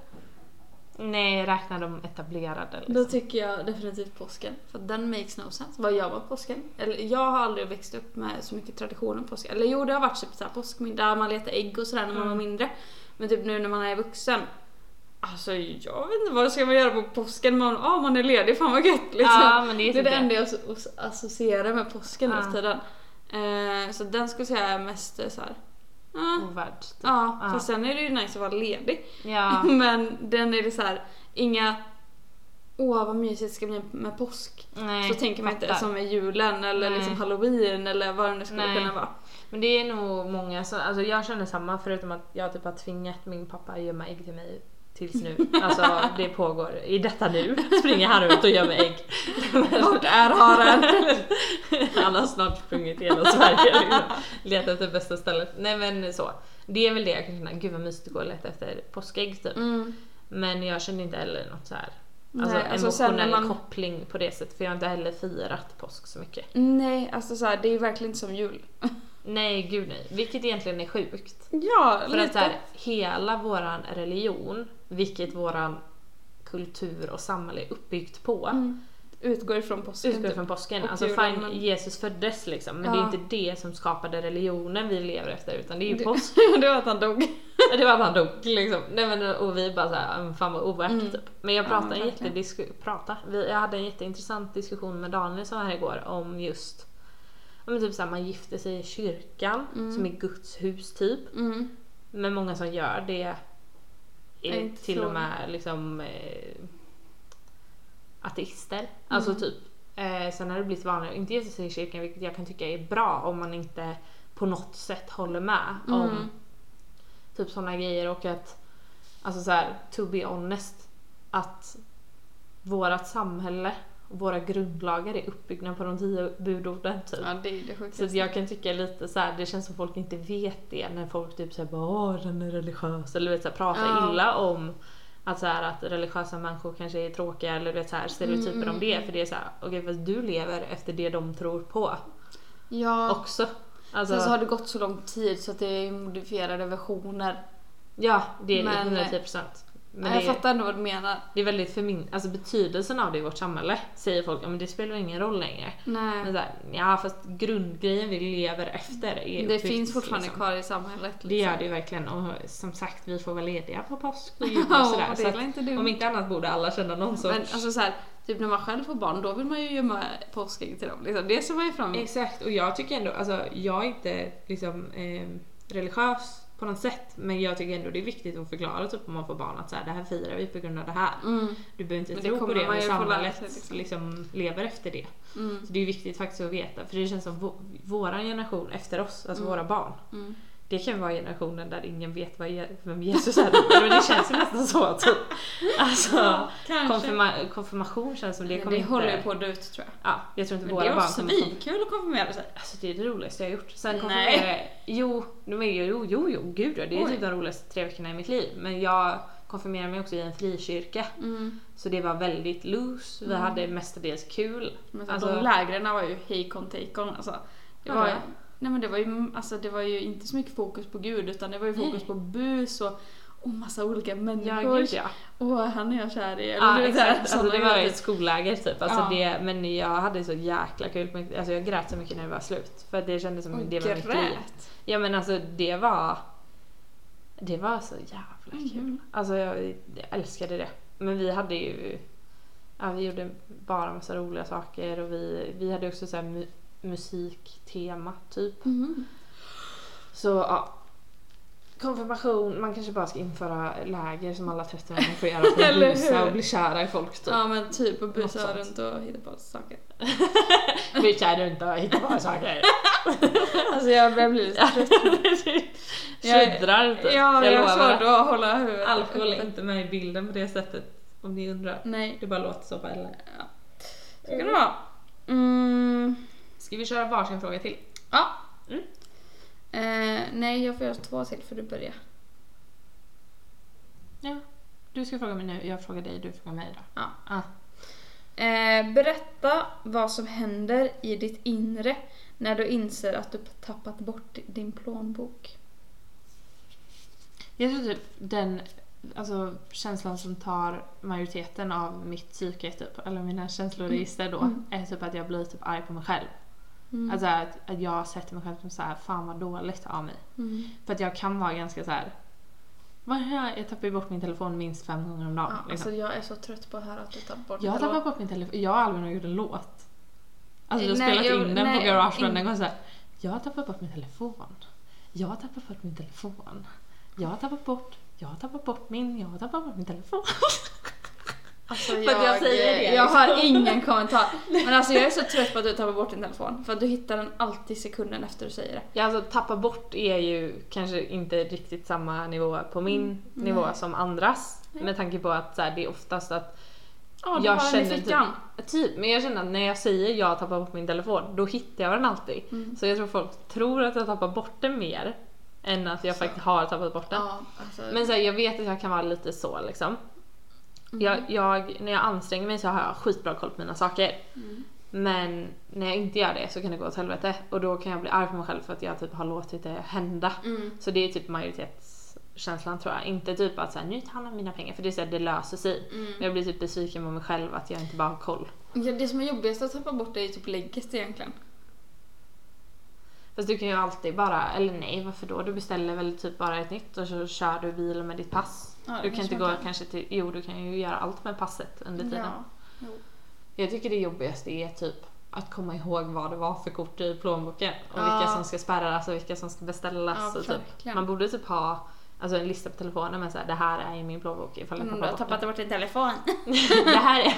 Nej, räkna de etablerade. Då Liksom. tycker jag definitivt påsken. För att den makes no sense. Vad gör man på påsken? Eller, jag har aldrig växt upp med så mycket traditioner på påsken. Eller jo, det har varit typ så här påskmiddag, man letar ägg och sådär när man Mm. var mindre. Men typ nu när man är vuxen. Alltså jag vet inte, vad ska man göra på påsken? Man, ah, man är ledig, fan vad gött liksom. Ja, men det är Det är typ det enda jag as- as- associerar med påsken nu Ja. för tiden. Eh, så den skulle jag säga är mest eh, såhär... Ja, Ovärd. ja, Mm. Ja. fast sen är det ju nice att vara ledig. Ja. Men den är det så här, inga... Åh vad mysigt det ska bli med påsk. Nej, så tänker man inte fattar. som med julen eller Nej. liksom halloween eller vad det nu skulle Nej. kunna vara. Men det är nog många som, alltså jag känner samma förutom att jag typ har tvingat min pappa att gömma ägg till mig tills nu. Alltså det pågår i detta nu. Springer han ut och gömmer ägg. Vart är haren? Han har snart sprungit genom Sverige liksom. Letat efter bästa stället. Nej men så. Det är väl det jag kan känna, gud vad mysigt att gå och leta efter påskägg typ. Mm. Men jag känner inte heller något så här. Nej, Alltså alltså sen när emotionell man- koppling på det sättet för jag har inte heller firat påsk så mycket. Nej, alltså så här, det är verkligen inte som jul. Nej gud nej, vilket egentligen är sjukt. Ja, För att så lite. här, hela våran religion, vilket våran kultur och samhälle är uppbyggt på, Mm. Utgår ifrån påsken. utgår typ. från påsken. Och Alltså julen, fine, men- Jesus föddes liksom, men det Ja. är inte det som skapade religionen vi lever efter, utan det är ju Det- påsk. typ. det var att han dog. det var att han dog liksom. Nej, men, och vi bara såhär, "Mm, fan vad ovärt Mm. typ. Men jag Ja, pratade, en verkligen. jättedisku- prata. Vi, jag hade en jätteintressant diskussion med Daniel som var här igår om just om typ såhär, man gifter sig i kyrkan, Mm. som är Guds hus typ. Mm. Men många som gör det Jag är är inte till och fråga. med liksom eh, ateister. Mm. Alltså typ. Eh, sen har det blivit vanligare, inte gifta sig i kyrkan vilket jag kan tycka är bra om man inte på något sätt håller med Mm. om typ sådana grejer och att alltså så här, to be honest att vårat samhälle och våra grundlagar är uppbyggda på de tio budorden typ. Ja, det är det sjukaste. Så att jag kan tycka lite så här, det känns som folk inte vet det när folk typ säger bara åh den är religiös eller du vet, så här, pratar Ja. illa om att, så här, att religiösa människor kanske är tråkiga eller du vet, så här, stereotyper Mm, om det för det är så här, okej fast du lever efter det de tror på Ja. också. Alltså, Sen så har det gått så lång tid så att det är modifierade versioner. ja det är Men- 110%. Men jag det, är, fattar ändå vad du menar. det är väldigt förmin... alltså betydelsen av det i vårt samhälle säger folk, ja men det spelar ingen roll längre. Men Nej. så här, ja fast grundgrejen vi lever efter är Det uppfyllt, finns fortfarande liksom. kvar i samhället. liksom. Det gör det ju verkligen och som sagt vi får vara lediga på påsk och jul och Ja, sådär. det Så är att, inte dumt. om inte annat borde alla känna någon sorts... Men alltså såhär, typ när man själv får barn då vill man ju gömma påskägg till dem. Liksom. Det ser man ju fram emot. Exakt och jag tycker ändå, alltså jag är inte liksom eh, ehm, religiös på något sätt. Men jag tycker ändå det är viktigt att förklara typ om man får barn att så här, det här firar vi på grund av det här. Mm. Du behöver inte Men det tro på kommer det man men ju få lära sig, samhället liksom. liksom. lever efter det. Mm. Så det är viktigt faktiskt att veta för det känns som vå- våran generation efter oss, alltså Mm. våra barn. Mm. Det kan vara generationen där ingen vet vad Je- vem Jesus är. Men det känns ju nästan så typ. Alltså, konfirma- konfirmation känns som det det kommer inte... håller ju på att dö ut tror jag. Ja, jag tror inte Men våra det var barn kommer konfirmera svinkul att konfirmera sig. Alltså det är det roligaste jag har gjort. Sen Nej. konfirmerade jag... Jo, men jo, jo, jo, jo, gud ja. Det är Oj. typ de roligaste tre veckorna i mitt liv. Men jag konfirmerade mig också i en frikyrka. Mm. Så det var väldigt loose. Vi Mm. hade mestadels kul. Men så, Alltså- de lägren var ju hejkon tejkon alltså. Det Ja, var, det. nej men det var ju, alltså det var ju inte så mycket fokus på gud utan det var ju fokus Nej. på bus och, och massa olika Ja, människor. gud ja. och han är jag kär i. Eller Ja, du vet, exakt. så här, Alltså, det sådana var grejer. ett skolläger typ. Alltså, Ja. det, men jag hade så jäkla kul. Alltså, jag grät så mycket när det var slut. För att det kändes som Oj, att det var mitt liv. grät. Ja men alltså det var... Det var så jävla kul. Mm. Alltså jag, jag älskade det. Men vi hade ju... Ja, vi gjorde bara massa roliga saker och vi, vi hade också så här mu- musiktema typ. Mhm. Så ja. Konfirmation, man kanske bara ska införa läger som alla 13-åringar får göra för att Eller busa hur? och bli kära i folk typ. Ja men typ och busa sånt. runt och hitta på saker. Bli kär runt och hitta på saker. Alltså jag börjar bli lite trött. Jag- Tjuddrar inte. Ja, jag, jag typ. lovar. har svårt att hålla huvudet Alkohol är uppe. inte med i bilden på det sättet om ni undrar. Nej, Det bara låter så på Ellen. så kan det vara. Mm. Ska vi köra varsin fråga till? Ja. Mm. Eh, nej, jag får göra två till för du börjar. Ja. Du ska fråga mig nu, jag frågar dig, du frågar mig då. Ja. Ah. Eh, berätta vad som händer i ditt inre när du inser att du tappat bort din plånbok. Jag tror typ den alltså, känslan som tar majoriteten av mitt psyke, typ, eller mina känsloregister då, Mm. är typ att jag blir typ arg på mig själv. Mm. Alltså att, att jag sätter mig själv som så här, fan vad dåligt av mig. Mm. För att jag kan vara ganska så här. "Vad här? Jag tappar ju bort min telefon minst fem gånger om dagen. Ja, liksom. alltså jag är så trött på att höra att du tappat bort Jag din tappade bort min telefon. Jag och Albin har gjort en låt. Alltså vi har Nej, spelat jag- in den nej, på Garageband. Den in- går såhär. Jag tappar bort min telefon. Jag tappar bort min telefon. Jag tappar bort. Jag tappar bort min. Jag tappar bort min telefon. Alltså För att jag säger det, Jag liksom. har ingen kommentar. Men alltså jag är så trött på att du tappar bort din telefon. För att du hittar den alltid sekunden efter du säger det. Ja, alltså tappa bort är ju kanske inte riktigt samma nivå på min nivå som andras. Nej. Med tanke på att så här, det är oftast att Ja, du Jag har den i känner typ- fickan. Typ, men jag känner att när jag säger jag tappar bort min telefon, då hittar jag den alltid. Mm. Så jag tror folk tror att jag tappar bort den mer än att jag Så. faktiskt har tappat bort den. Ja, alltså, Men så här, jag vet att jag kan vara lite så liksom. Mm. Jag, jag, när jag anstränger mig så har jag skitbra koll på mina saker. Mm. Men när jag inte gör det så kan det gå åt helvete och då kan jag bli arg på mig själv för att jag typ har låtit det hända. Mm. Så det är typ majoritetskänslan tror jag. Inte typ att så här, nu tar han mina pengar för det, är så här, det löser sig. Mm. Men jag blir typ besviken på mig själv att jag inte bara har koll. Ja, det som är jobbigast att tappa bort är ju typ lägget egentligen. Fast du kan ju alltid bara, eller nej varför då? Du beställer väl typ bara ett nytt och så kör du bil med ditt pass. Ja, det du kan kanske inte man gå kan. kanske till, jo du kan ju göra allt med passet under tiden. Ja. Jo. Jag tycker det jobbigaste är typ att komma ihåg vad det var för kort i plånboken och Ja. vilka som ska spärras och vilka som ska beställas. Ja, och typ. verkligen. Man borde typ ha alltså en lista på telefonen med så här, det här är i min plånbok ifall jag Men tappar du Mm, har bort tappat den. bort din telefon. det här är...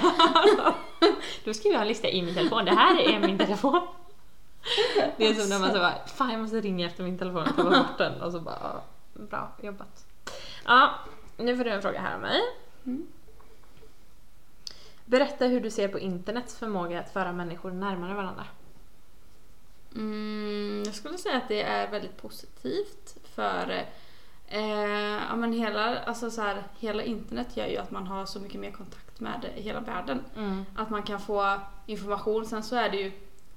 Då skriver jag en lista i min telefon, det här är min telefon. Det är som när man så bara, fan jag måste ringa efter min telefon och tappa bort den och så bara, "Ja, bra jobbat. Ja, nu får du en fråga här av mig. Mm. Berätta hur du ser på internets förmåga att föra människor närmare varandra. Mm, jag skulle säga att det är väldigt positivt för eh, ja, men hela, alltså så här, hela internet gör ju att man har så mycket mer kontakt med hela världen. Mm. Att man kan få information. Sen så är det ju,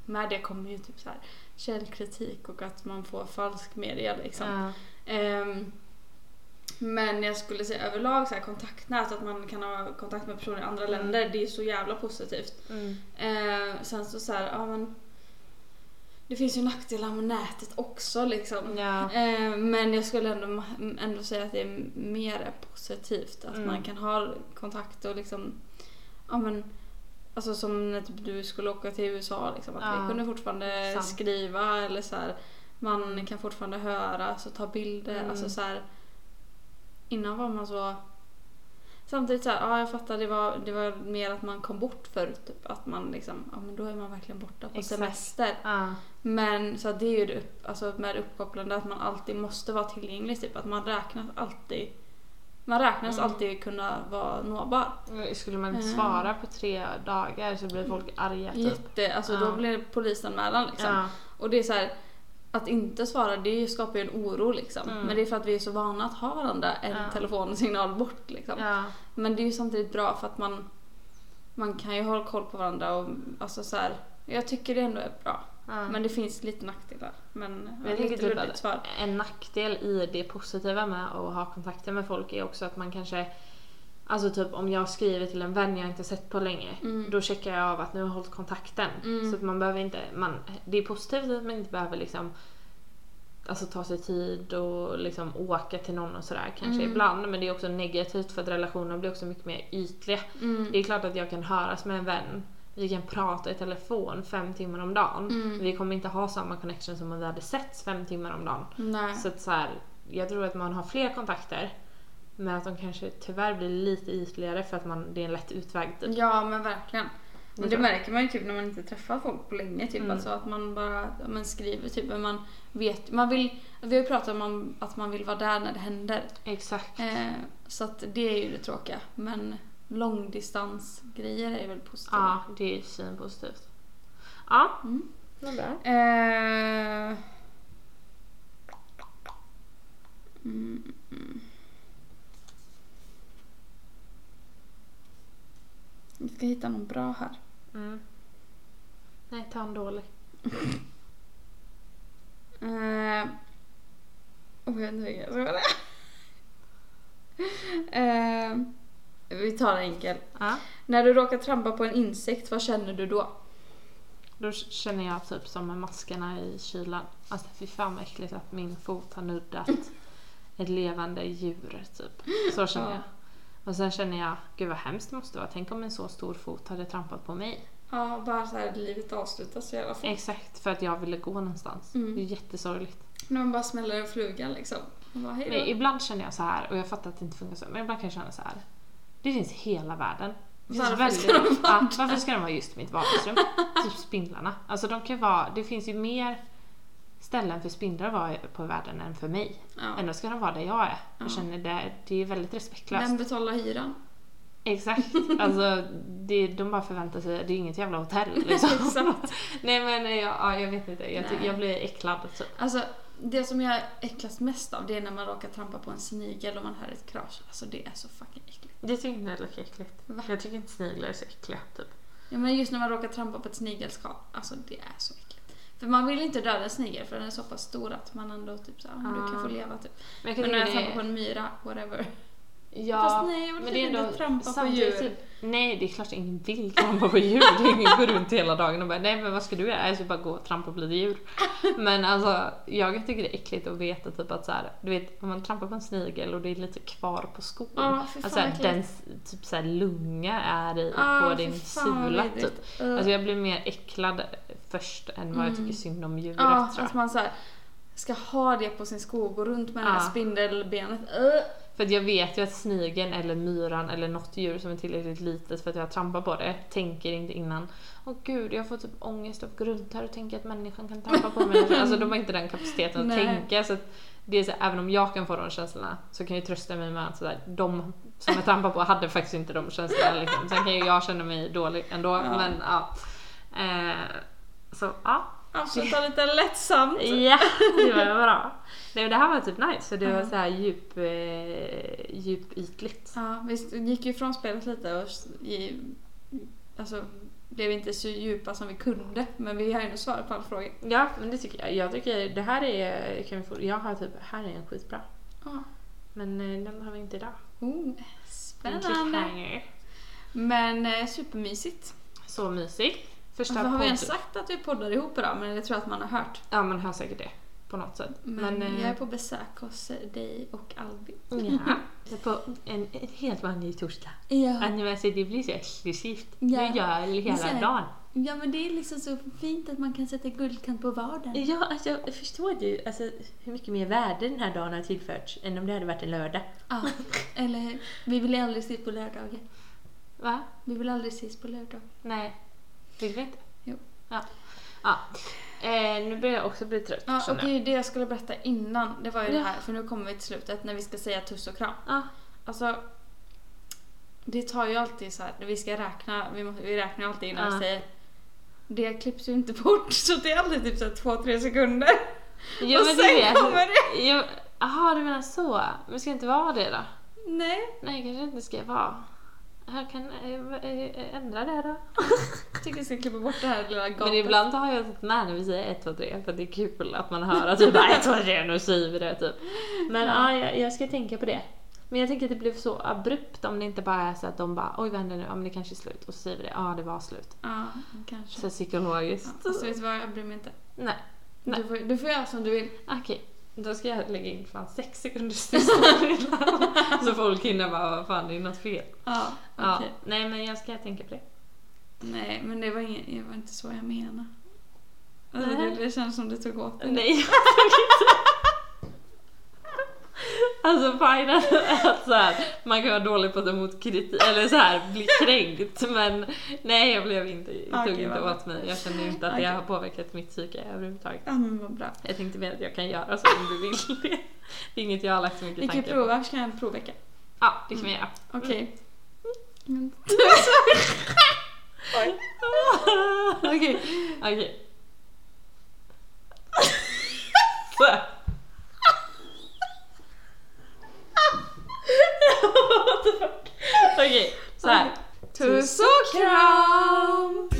med det kommer ju typ så här källkritik och att man får falsk media liksom. Ja. Ehm, men jag skulle säga överlag så här, kontaktnät, att man kan ha kontakt med personer i andra Mm. länder, det är så jävla positivt. Ehm, sen så så här, ja men det finns ju nackdelar med nätet också liksom. Ja. Ehm, men jag skulle ändå, ändå säga att det är mer positivt att Mm. man kan ha kontakt och liksom, ja men Alltså som när typ du skulle åka till USA, liksom, att Ja. vi kunde fortfarande Sant. skriva eller så här, man kan fortfarande höra, alltså ta bilder. Mm. Alltså så här, innan var man så... Samtidigt så här, ja jag fattar, det var, det var mer att man kom bort förut. Typ, att man liksom, ja men då är man verkligen borta på Exakt. semester. Ja. Men så att det är ju det upp, alltså med det uppkopplande att man alltid måste vara tillgänglig. Typ att man räknas alltid man räknas Mm. alltid kunna vara nåbar. Skulle man inte Mm. svara på tre dagar så blir folk arga typ. Jätte, alltså Ja. då blir det polisanmälan liksom. Ja. Och det är så här, att inte svara det skapar ju en oro liksom. Mm. Men det är för att vi är så vana att ha varandra en Ja. telefonsignal bort liksom. Ja. Men det är ju samtidigt bra för att man, man kan ju hålla koll på varandra och alltså så här, jag tycker det ändå är bra. Ja. Men det finns lite nackdelar. Men ja, Jag tycker lite typ luddigt att svar. en nackdel i det positiva med att ha kontakter med folk är också att man kanske Alltså typ om jag skriver till en vän jag inte sett på länge, Mm. då checkar jag av att nu har jag hållit kontakten. Mm. Så att man behöver inte, man, det är positivt att man inte behöver liksom Alltså ta sig tid och liksom åka till någon och sådär kanske Mm. ibland men det är också negativt för att relationer blir också mycket mer ytliga. Mm. Det är klart att jag kan höras med en vän, vi kan prata i telefon fem timmar om dagen. Mm. Vi kommer inte ha samma connection som om vi hade setts fem timmar om dagen. Nej. Så att så här, jag tror att man har fler kontakter men att de kanske tyvärr blir lite ytligare för att man, det är en lätt utväg typ. Ja men verkligen. Det Men det tror märker man ju typ när man inte träffar folk på länge. Typ. Mm. Alltså att man bara ja, men skriver typ. Men man vet, man vill, vi har ju pratat om man- att man vill vara där när det händer. Exakt. Eh, så att det är ju det tråkiga. Men långdistansgrejer är ju väl positiva. Ja, det är svinpositivt. Ja, Mm. vad bra. Eh, mm. Jag ska hitta någon bra här. Mm. Nej, ta en dålig. Eh, oh, jag vet inte vad det är. Eh, vi tar en enkel. Ja. När du råkar trampa på en insekt, vad känner du då? Då känner jag typ som med maskerna i kylan. Alltså fy fan vad äckligt att min fot har nuddat ett levande djur typ. Så känner Ja. jag. Och sen känner jag, gud vad hemskt det måste vara. Tänk om en så stor fot hade trampat på mig. Ja, bara så här livet avslutas i alla fall. Exakt, för att jag ville gå någonstans. Mm. Det är jättesorgligt. När man bara smäller en fluga liksom. Man bara, hej då. Men ibland känner jag så här, och jag fattar att det inte funkar så, men ibland kan jag känna så här. Det finns hela världen. Det finns Varför ska de vara ja, varför ska de vara just mitt vardagsrum? typ spindlarna. Alltså de kan ju vara, det finns ju mer ställen för spindlar att vara på i världen än för mig. ja. Ändå ska de vara där jag är. Ja. Jag känner det, det är väldigt respektlöst. Vem betalar hyran? Exakt. Alltså, det, de bara förväntar sig, det är inget jävla hotell liksom. Exakt. Nej men jag, ja, jag vet inte, jag, tycker- Nej. jag blir äcklad typ. Alltså, det som jag äcklas mest av det är när man råkar trampa på en snigel och man hör ett krasch. Alltså det är så fucking äckligt. Det tycker inte jag låter äckligt. Va? Jag tycker inte sniglar är så äckliga typ. Ja, men just när man råkar trampa på ett snigelskal, alltså det är så äckligt. För man vill inte döda en snigel för den är så pass stor att man ändå typ såhär, ah. du kan få leva typ. Men jag Men när jag tycka trampar på en myra, whatever. Ja, Fast nej, jag vill typ men det är inte ändå trampa på samtidigt djur. typ- Nej, det är klart ingen vill trampa på djur. Det är ingen går runt hela dagen och bara nej men vad ska du göra? Jag ska bara gå och trampa på lite djur. Men alltså jag tycker det är äckligt att veta typ att så här, du vet om man trampar på en snigel och det är lite kvar på skon. Ja, fy Ah, fan, alltså vad dens typ så här, lunga är i, Ah, på fy din fan, vad sula vidrigt. typ. Uh. Alltså jag blir mer äcklad först än vad jag tycker synd om djuret Mm. Ja, alltså, tror jag. Ah, att man såhär ska ha det på sin sko och gå runt med det Ja. här spindelbenet. Uh. För att jag vet ju att snigeln eller myran eller något djur som är tillräckligt litet för att jag trampar på det tänker inte innan Åh gud, jag får typ ångest av att gå runt här och tänka att människan kan trampa på mig. alltså de har inte den kapaciteten att Nej. tänka. Så att det är så, även om jag kan få de känslorna så kan jag ju trösta mig med att sådär, de som jag trampar på hade faktiskt inte de känslorna. Liksom. Sen kan ju jag känna mig dålig ändå. Ja. Men ja. Eh, så ja. Avsluta Alltså, lite lättsamt. Ja, det var bra. Nej, men det här var typ nice för det var Ja. så här djup, eh, djupytligt. Ja, vi gick ju ifrån spelet lite och s- i, alltså, blev inte så djupa som vi kunde. Men vi har ju ändå svar på alla frågor. Ja, men det tycker jag. Jag tycker det här är, kan vi få, jag har typ, här är en skitbra. Ja. Men eh, den har vi inte idag. Oh, En spännande. cliffhanger. Men eh, supermysigt. Så mysigt. Första Varför har vi podd- ens sagt att vi poddar ihop idag? Men det tror jag att man har hört. Ja, man hör säkert det på något sätt. Men, eh, jag är på besök hos eh, dig och Albin. Ja, det är på en, en helt vanlig torsdag. Ja. Att ni med sig, det blir så exklusivt. Ja. Vi gör så hela här- dagen. Ja men det är liksom så fint att man kan sätta guldkant på vardagen. Ja, alltså, jag förstår du alltså, hur mycket mer värde den här dagen har tillförts än om det hade varit en lördag. Ja, eller hur? Vi vill aldrig ses på lördagar. Va? Vi vill aldrig ses på lördag. Nej. Vill vi inte? Jo. Ja. ja. Eh, nu börjar jag också bli trött. Ja, och känner jag. det jag skulle berätta innan, det var ju det Ja. här, för nu kommer vi till slutet när vi ska säga tuss och kram. ja. Alltså, det tar ju alltid så här, vi ska räkna, vi, måste, vi räknar ju alltid innan vi Ja. säger det klipps ju inte bort så det är alltid typ så här två, tre sekunder. Jo, och men sen det är det. kommer det! Jo, aha, du menar så. Men ska det inte vara det då? Nej, Nej, kanske inte ska vara. Jag kan eh, eh, ändra det då. jag tycker vi ska klippa bort det här lilla gapet. Men ibland har jag sett med när vi säger 1, 2, 3 för det är kul att man hör att vi bara 1, 2, 3 nu säger vi det typ. Men ja, Ja. jag, jag ska tänka på det. Men jag tänker att det blir så abrupt om det inte bara är så att de bara oj vad händer nu? Ja men det kanske är slut och så säger vi det, ja det var slut. Ja, kanske. Så psykologiskt. Ja, alltså vet du vad, jag bryr mig inte. Nej, Nej. Du får, du får göra som du vill. okej. Då ska jag lägga in fan 6 sekunders tystnad Så folk hinner bara vad fan det är något fel. Ja, okej. Ja, nej men jag ska tänka på det. Nej, men det var, ingen, det var inte så jag menade. Alltså, Nej. det, det känns som du tog åt dig. Nej. alltså fine att, att så här, man kan vara dålig på att ta emot kritik eller så här bli kränkt men nej jag blev inte, jag tog Okej, inte vad bra. åt mig. Jag kände inte att det Okej. har påverkat mitt psyke överhuvudtaget. Ja, men vad bra. Jag tänkte mer att jag kan göra så om du vill det. Det är inget jag har lagt så mycket Vi kan ju tankar på. prova, ska jag ha en provvecka? Ja, det kan vi göra. Okej. Mm. Okej. Okej. Så. Okej, så här. Tuss och kram!